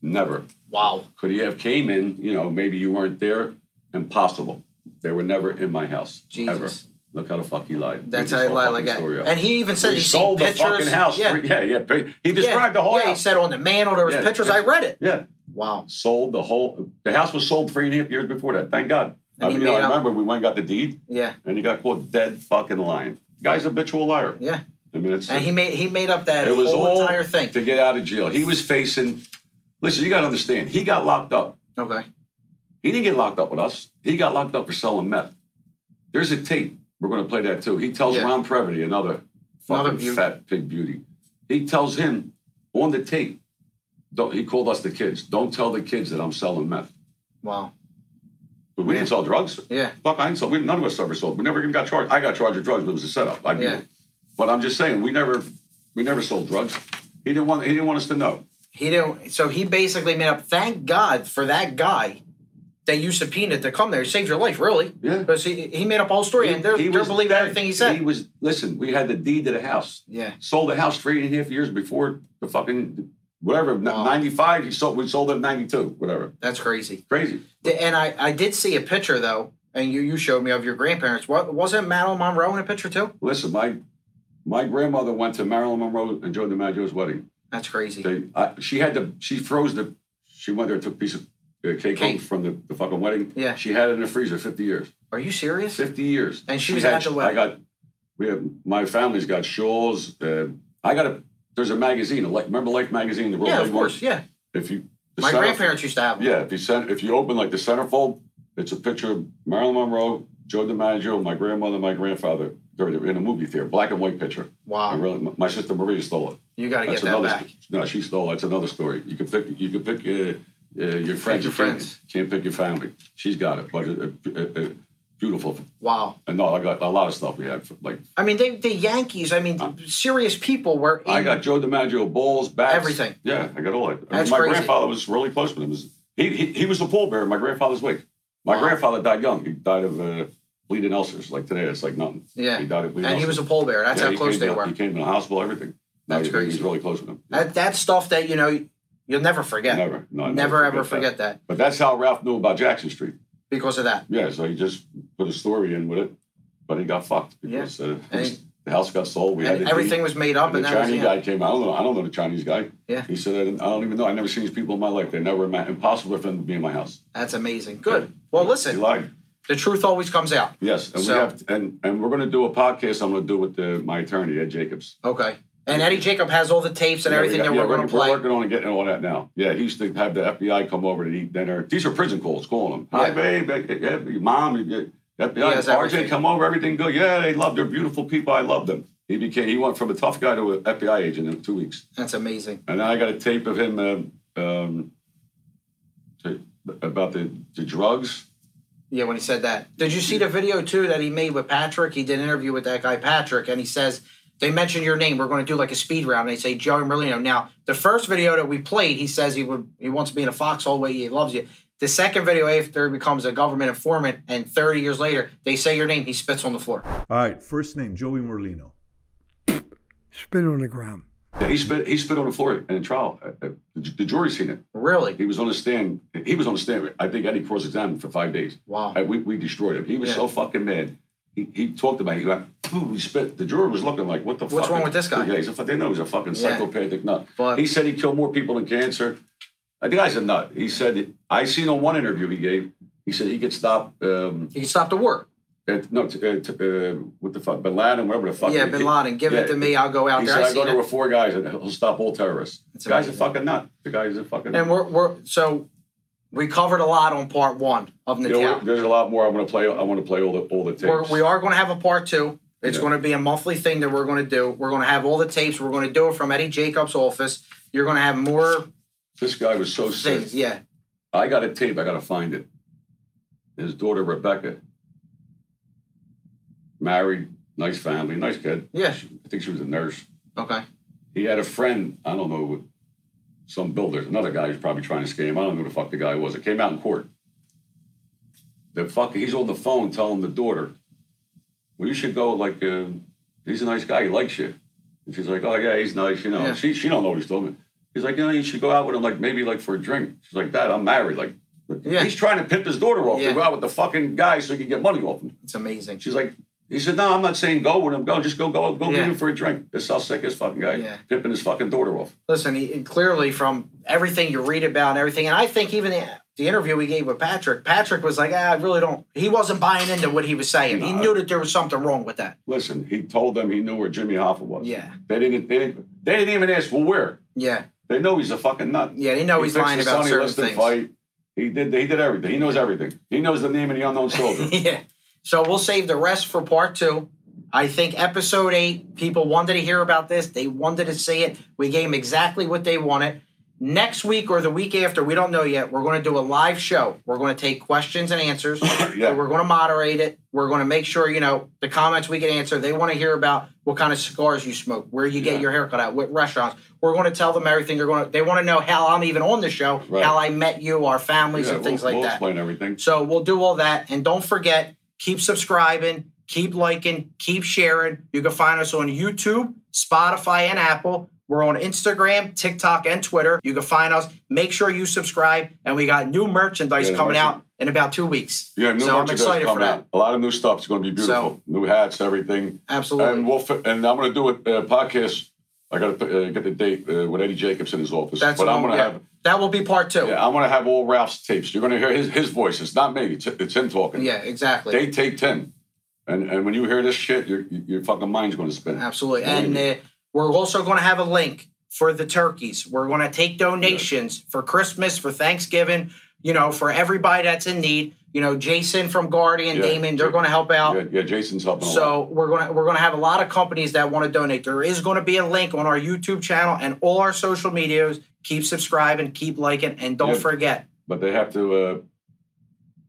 [SPEAKER 3] Never.
[SPEAKER 4] Wow.
[SPEAKER 3] Could he have came in, you know, maybe you weren't there? Impossible. They were never in my house. Ever.
[SPEAKER 4] Jesus.
[SPEAKER 3] Look how the fuck he lied.
[SPEAKER 4] That's
[SPEAKER 3] We
[SPEAKER 4] how he
[SPEAKER 3] just
[SPEAKER 4] lied
[SPEAKER 3] fucking
[SPEAKER 4] like that.
[SPEAKER 3] story up.
[SPEAKER 4] And he even said
[SPEAKER 3] We
[SPEAKER 4] he seen
[SPEAKER 3] sold the
[SPEAKER 4] pictures.
[SPEAKER 3] fucking house.
[SPEAKER 4] Yeah.
[SPEAKER 3] Yeah, yeah. He
[SPEAKER 4] Yeah.
[SPEAKER 3] described the whole
[SPEAKER 4] Yeah, he
[SPEAKER 3] house.
[SPEAKER 4] said on the mantle there was
[SPEAKER 3] Yeah,
[SPEAKER 4] pictures.
[SPEAKER 3] yeah.
[SPEAKER 4] I read it.
[SPEAKER 3] Yeah.
[SPEAKER 4] Wow.
[SPEAKER 3] sold the whole the house was sold three and a half years before that. Thank God. I
[SPEAKER 4] And he
[SPEAKER 3] mean, you know, I
[SPEAKER 4] made up-
[SPEAKER 3] remember we went and got the deed
[SPEAKER 4] Yeah.
[SPEAKER 3] and he got caught dead fucking lying. Guy's a habitual liar.
[SPEAKER 4] Yeah.
[SPEAKER 3] I mean it's
[SPEAKER 4] And he made he made up that
[SPEAKER 3] it was
[SPEAKER 4] whole
[SPEAKER 3] all
[SPEAKER 4] entire thing.
[SPEAKER 3] to get out of jail. He was facing listen, you gotta understand, he got locked up.
[SPEAKER 4] Okay.
[SPEAKER 3] He didn't get locked up with us. He got locked up for selling meth. There's a tape. We're gonna play that too. He tells
[SPEAKER 4] Yeah.
[SPEAKER 3] Ron Previty, another
[SPEAKER 4] Another
[SPEAKER 3] fucking
[SPEAKER 4] beauty.
[SPEAKER 3] fat pig beauty. He tells him on the tape, don't, he called us the kids. Don't tell the kids that I'm selling meth.
[SPEAKER 4] Wow.
[SPEAKER 3] But we didn't sell drugs.
[SPEAKER 4] Yeah.
[SPEAKER 3] Fuck, I didn't sell. We, none of us ever sold. We never even got charged. I got charged with drugs, but it was a setup. I
[SPEAKER 4] Yeah.
[SPEAKER 3] yeah. But I'm just saying, we never, we never sold drugs. He didn't want. He didn't want us to know.
[SPEAKER 4] He didn't. So he basically made up. Thank God for that guy that you subpoenaed to come there. He saved your life, really.
[SPEAKER 3] Yeah.
[SPEAKER 4] Because he, he made up all the story, and they're,
[SPEAKER 3] He- he
[SPEAKER 4] they're
[SPEAKER 3] was
[SPEAKER 4] believing
[SPEAKER 3] dead.
[SPEAKER 4] everything he said.
[SPEAKER 3] He was. Listen, we had the deed to the house.
[SPEAKER 4] yeah.
[SPEAKER 3] Sold the house three and a half years before the fucking whatever
[SPEAKER 4] Wow.
[SPEAKER 3] ninety five. He sold. We sold it in ninety two. Whatever.
[SPEAKER 4] That's crazy.
[SPEAKER 3] Crazy.
[SPEAKER 4] The- And I, I did see a picture though, and you, you showed me of your grandparents. What wasn't Madeline Monroe in a picture too?
[SPEAKER 3] Listen, my my grandmother went to Marilyn Monroe and Joe DiMaggio's wedding.
[SPEAKER 4] That's crazy.
[SPEAKER 3] They, I, she had the, she froze the, she went there and took a piece of uh, cake, home
[SPEAKER 4] Cake.
[SPEAKER 3] from the, the fucking wedding.
[SPEAKER 4] Yeah.
[SPEAKER 3] She had it in the freezer 50 years.
[SPEAKER 4] Are you serious?
[SPEAKER 3] 50 years.
[SPEAKER 4] And she was
[SPEAKER 3] had,
[SPEAKER 4] at the wedding.
[SPEAKER 3] I got, we have, my family's got shawls. Uh, I got a, there's a magazine, a like, remember Life Magazine? The real
[SPEAKER 4] Yeah,
[SPEAKER 3] big
[SPEAKER 4] of
[SPEAKER 3] one?
[SPEAKER 4] course. Yeah.
[SPEAKER 3] If you, the
[SPEAKER 4] My
[SPEAKER 3] center-
[SPEAKER 4] grandparents used to have them.
[SPEAKER 3] Yeah, if you send, if you open like the centerfold, it's a picture of Marilyn Monroe, Joe DiMaggio, my grandmother, my grandfather. They're in a movie theater, black and white picture. I
[SPEAKER 4] Wow.
[SPEAKER 3] really, my sister Maria stole it.
[SPEAKER 4] You got to get
[SPEAKER 3] That's
[SPEAKER 4] that
[SPEAKER 3] another.
[SPEAKER 4] back.
[SPEAKER 3] No, she stole. That's another story. You can pick. You can pick uh, uh, your friends. You
[SPEAKER 4] your
[SPEAKER 3] can't-
[SPEAKER 4] friends.
[SPEAKER 3] Can't, pick your family. She's got it, but uh, uh, uh, beautiful.
[SPEAKER 4] Wow.
[SPEAKER 3] And no, I got a lot of stuff we had. Like
[SPEAKER 4] I mean, they, the Yankees. I mean, serious people were. In,
[SPEAKER 3] Uh, I got Joe DiMaggio balls, bats,
[SPEAKER 4] Everything.
[SPEAKER 3] Yeah, I got all that.
[SPEAKER 4] That's
[SPEAKER 3] my
[SPEAKER 4] crazy.
[SPEAKER 3] grandfather was really close with him. He he, he was the pallbearer. in My grandfather's wake. My
[SPEAKER 4] Wow.
[SPEAKER 3] grandfather died young. He died of uh, bleeding ulcers. Like today, it's like nothing.
[SPEAKER 4] Yeah.
[SPEAKER 3] he died of bleeding
[SPEAKER 4] and he was
[SPEAKER 3] ulcers.
[SPEAKER 4] a pallbearer. That's
[SPEAKER 3] Yeah,
[SPEAKER 4] how
[SPEAKER 3] he
[SPEAKER 4] close
[SPEAKER 3] came
[SPEAKER 4] they
[SPEAKER 3] to-
[SPEAKER 4] were.
[SPEAKER 3] He came to the hospital. Everything. No,
[SPEAKER 4] That's
[SPEAKER 3] he- he was
[SPEAKER 4] crazy.
[SPEAKER 3] really close with him.
[SPEAKER 4] That that's stuff that you know you'll never forget.
[SPEAKER 3] Never, no, I
[SPEAKER 4] never, ever forget that.
[SPEAKER 3] But that's how Ralph knew about Jackson Street.
[SPEAKER 4] because of that.
[SPEAKER 3] Yeah, so he just put a story in with it, but he got fucked because uh,
[SPEAKER 4] And he-
[SPEAKER 3] the house got sold. We had
[SPEAKER 4] And
[SPEAKER 3] to
[SPEAKER 4] everything
[SPEAKER 3] leave,
[SPEAKER 4] was made up,
[SPEAKER 3] and
[SPEAKER 4] and,
[SPEAKER 3] the
[SPEAKER 4] that was
[SPEAKER 3] Chinese
[SPEAKER 4] the
[SPEAKER 3] guy
[SPEAKER 4] end.
[SPEAKER 3] came. I don't know. I don't know the Chinese guy.
[SPEAKER 4] Yeah.
[SPEAKER 3] He said, I, didn't- I don't even know. I never seen these people in my life. They never met. Impossible for them to be in my house.
[SPEAKER 4] That's amazing. Good. Well,
[SPEAKER 3] He
[SPEAKER 4] listen,
[SPEAKER 3] lied.
[SPEAKER 4] the truth always comes out.
[SPEAKER 3] Yes, and
[SPEAKER 4] So-
[SPEAKER 3] we have, and and we're going to do a podcast. I'm going to do with the, my attorney Ed Jacobs.
[SPEAKER 4] Okay. And Eddie Jacob has all the tapes
[SPEAKER 3] Yeah,
[SPEAKER 4] and
[SPEAKER 3] we
[SPEAKER 4] everything
[SPEAKER 3] got-
[SPEAKER 4] that
[SPEAKER 3] yeah,
[SPEAKER 4] we're going to play.
[SPEAKER 3] We're working on getting all that now. Yeah, he used to have the FBI come over to eat dinner. These are prison calls calling him. Hi,
[SPEAKER 4] Yeah.
[SPEAKER 3] babe. eh, eh, eh, your Mom, eh, eh, FBI,
[SPEAKER 4] has
[SPEAKER 3] RJ,
[SPEAKER 4] everything.
[SPEAKER 3] come over. Everything good? Yeah, they love. They're beautiful people. I love them. He became. He went from a tough guy to an FBI agent in two weeks.
[SPEAKER 4] That's amazing.
[SPEAKER 3] And I got a tape of him um, um, to, about the, the drugs.
[SPEAKER 4] Yeah, when he said that. Did you see the video too that he made with Patrick? He did an interview with that guy Patrick, and he says they mentioned your name. We're going to do like a speed round. And they say Joey Merlino. Now, the first video that we played, he says he would he wants to be in a foxhole way. He loves you. The second video after he becomes a government informant, and 30 years later, they say your name. He spits on the floor.
[SPEAKER 8] All right, first name Joey Merlino.
[SPEAKER 9] Spit on the ground.
[SPEAKER 3] Yeah, he spit. He spit on the floor in trial. Uh, uh, The the jury seen it.
[SPEAKER 4] Really?
[SPEAKER 3] He was on the stand. He was on the stand. I think Eddie cross examined for five days.
[SPEAKER 4] Wow.
[SPEAKER 3] Uh, we, we destroyed him. He was so
[SPEAKER 4] Yeah.
[SPEAKER 3] fucking mad. He, he talked about it. He went, "Ooh," he spit. The jury was looking like, what the fuck?
[SPEAKER 4] What's wrong with this guy?
[SPEAKER 3] Yeah, he's a, fu- they know he's a fucking
[SPEAKER 4] Yeah.
[SPEAKER 3] psychopathic nut.
[SPEAKER 4] But-
[SPEAKER 3] he said he killed more people than cancer. Uh, The guy's a nut. He said, I seen on one interview he gave, he said he could stop, um,
[SPEAKER 4] He stopped the war.
[SPEAKER 3] at, no, t- uh, t- uh, what the fuck, Bin Laden, whatever the fuck.
[SPEAKER 4] Yeah,
[SPEAKER 3] He-
[SPEAKER 4] Bin Laden. Give it
[SPEAKER 3] yeah,
[SPEAKER 4] to me. I'll go out
[SPEAKER 3] He
[SPEAKER 4] there.
[SPEAKER 3] said, I
[SPEAKER 4] I
[SPEAKER 3] go
[SPEAKER 4] seen
[SPEAKER 3] there
[SPEAKER 4] it.
[SPEAKER 3] with four guys and he'll stop all terrorists.
[SPEAKER 4] That's
[SPEAKER 3] the guy's a
[SPEAKER 4] amazing.
[SPEAKER 3] fucking nut. The guy's a fucking
[SPEAKER 4] And we're, we're so we covered a lot on part one of
[SPEAKER 3] You know,
[SPEAKER 4] Natal.
[SPEAKER 3] there's a lot more I want to play. I want to play all the all the tapes.
[SPEAKER 4] We're, we are going to have a part two. It's
[SPEAKER 3] Yeah.
[SPEAKER 4] going to be a monthly thing that we're going to do. We're going to have all the tapes. We're going to do it from Eddie Jacobs' office. You're going to have more
[SPEAKER 3] Oh, This guy was so sick.
[SPEAKER 4] things. Yeah.
[SPEAKER 3] I got a tape. I got to find it. His daughter Rebecca, married, nice family, nice kid.
[SPEAKER 4] Yeah.
[SPEAKER 3] She- I think she was a nurse.
[SPEAKER 4] Okay.
[SPEAKER 3] He had a friend. I don't know, some builder, another guy who's probably trying to scam. him. I don't know who the fuck the guy was. It came out in court. The fuck, he's on the phone telling the daughter, "Well, you should go. Like, uh, he's a nice guy. He likes you." And she's like, "Oh yeah, he's nice. You know."
[SPEAKER 4] Yeah.
[SPEAKER 3] She she don't know what he's doing. He's like, "You know, you should go out with him. Like maybe like for a drink." She's like, "Dad, I'm married. Like,
[SPEAKER 4] Yeah.
[SPEAKER 3] he's trying to pimp his daughter off
[SPEAKER 4] Yeah.
[SPEAKER 3] to go out with the fucking guy so he can get money off him."
[SPEAKER 4] It's amazing.
[SPEAKER 3] She's like, he said, no, I'm not saying go with him. Go, just go, go, go
[SPEAKER 4] Yeah.
[SPEAKER 3] get him for a drink. That's how sick this fucking guy
[SPEAKER 4] Yeah.
[SPEAKER 3] pimping his fucking daughter off.
[SPEAKER 4] Listen, he, and clearly from everything you read about and everything, and I think even the, the interview we gave with Patrick, Patrick was like, ah, I really don't. He wasn't buying into what he was saying. He
[SPEAKER 3] No.
[SPEAKER 4] knew that there was something wrong with that.
[SPEAKER 3] Listen, he told them he knew where Jimmy Hoffa was.
[SPEAKER 4] Yeah.
[SPEAKER 3] They didn't. They didn't. They didn't even ask. Well, where?
[SPEAKER 4] Yeah.
[SPEAKER 3] They know he's a fucking nut.
[SPEAKER 4] Yeah. They know
[SPEAKER 3] He
[SPEAKER 4] he's
[SPEAKER 3] fixed
[SPEAKER 4] lying
[SPEAKER 3] the
[SPEAKER 4] about
[SPEAKER 3] Sonny
[SPEAKER 4] certain
[SPEAKER 3] Liston
[SPEAKER 4] things.
[SPEAKER 3] Fight. He did. He did everything. He knows everything. He knows the name of the unknown soldier.
[SPEAKER 4] yeah. So we'll save the rest for part two. I think episode eight, people wanted to hear about this. They wanted to see it. We gave them exactly what they wanted. Next week or the week after, we don't know yet. We're going to do a live show. We're going to take questions and answers.
[SPEAKER 3] Yeah.
[SPEAKER 4] We're going to moderate it. We're going to make sure, you know, the comments we can answer. They want to hear about what kind of cigars you smoke, where you get
[SPEAKER 3] Yeah.
[SPEAKER 4] your haircut at, what restaurants. We're going to tell them everything. They're going to, they want to know how I'm even on the show,
[SPEAKER 3] Right.
[SPEAKER 4] how I met you, our families,
[SPEAKER 3] Yeah,
[SPEAKER 4] and things
[SPEAKER 3] we'll,
[SPEAKER 4] like
[SPEAKER 3] we'll
[SPEAKER 4] that.
[SPEAKER 3] explain everything.
[SPEAKER 4] So we'll do all that. And don't forget, keep subscribing, keep liking, keep sharing. You can find us on YouTube, Spotify, and Apple. We're on Instagram, TikTok, and Twitter. You can find us. Make sure you subscribe. And we got new merchandise
[SPEAKER 3] Yeah,
[SPEAKER 4] coming
[SPEAKER 3] merchan-
[SPEAKER 4] out in about two weeks.
[SPEAKER 3] Yeah, new
[SPEAKER 4] so I'm
[SPEAKER 3] merchandise
[SPEAKER 4] excited for
[SPEAKER 3] coming
[SPEAKER 4] that.
[SPEAKER 3] out. A lot of new stuff. It's going to be beautiful.
[SPEAKER 4] So-
[SPEAKER 3] new hats, everything.
[SPEAKER 4] Absolutely.
[SPEAKER 3] And we'll fi- and I'm going to do a uh, podcast. I got to uh, get the date uh, with Eddie Jacobs in his office.
[SPEAKER 4] That's
[SPEAKER 3] but I'm
[SPEAKER 4] all-
[SPEAKER 3] going to
[SPEAKER 4] yeah.
[SPEAKER 3] have
[SPEAKER 4] that will be part two.
[SPEAKER 3] yeah, I'm going to have all Ralph's tapes. You're going to hear his, his voice. It's not me. It's, it's him talking.
[SPEAKER 4] Yeah, exactly.
[SPEAKER 3] They take ten, and and when you hear this shit, your your fucking mind's going to spin.
[SPEAKER 4] Absolutely.
[SPEAKER 3] Believe
[SPEAKER 4] And
[SPEAKER 3] me.
[SPEAKER 4] uh, we're also going to have a link for the turkeys. We're going to take donations for Christmas, for Thanksgiving, you know, for everybody that's in need. You know, Jason from Guardian,
[SPEAKER 3] Yeah.
[SPEAKER 4] Damon, they're going to help out.
[SPEAKER 3] yeah, yeah, Jason's helping. a lot.
[SPEAKER 4] So we're gonna we're gonna have a lot of companies that want to donate. There is going to be a link on our YouTube channel and all our social medias. Keep subscribing, keep liking, and don't
[SPEAKER 3] Yeah.
[SPEAKER 4] forget.
[SPEAKER 3] but they have to. Uh,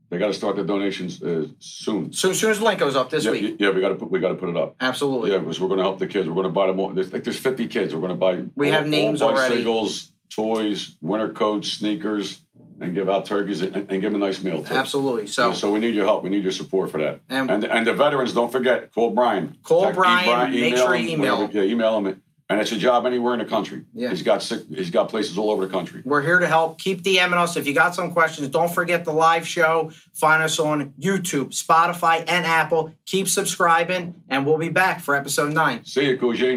[SPEAKER 3] they got to start their donations uh, soon.
[SPEAKER 4] So as soon as the link goes up this
[SPEAKER 3] yeah,
[SPEAKER 4] week,
[SPEAKER 3] y- yeah, we got to put we got to put it up.
[SPEAKER 4] absolutely.
[SPEAKER 3] Oh, Yeah, because we're going to help the kids. We're going to buy them all. There's, like there's 50 kids. We're going to buy.
[SPEAKER 4] We have names
[SPEAKER 3] all
[SPEAKER 4] already.
[SPEAKER 3] Singles, toys, winter coats, sneakers, and give out turkeys and, and give them a nice meal. Too.
[SPEAKER 4] Absolutely. So,
[SPEAKER 3] Yeah, so we need your help. We need your support for that.
[SPEAKER 4] And-
[SPEAKER 3] And and, the veterans, don't forget, call Brian.
[SPEAKER 4] Call
[SPEAKER 3] Text-
[SPEAKER 4] Brian, make sure you
[SPEAKER 3] him,
[SPEAKER 4] email
[SPEAKER 3] whatever. Yeah, email him. And it's a job anywhere in the country.
[SPEAKER 4] Yeah.
[SPEAKER 3] He's got sick, he's got places all over the country.
[SPEAKER 4] We're here to help. Keep DMing us if you got some questions. Don't forget the live show. Find us on YouTube, Spotify, and Apple. Keep subscribing, and we'll be back for episode nine.
[SPEAKER 3] See you, Cool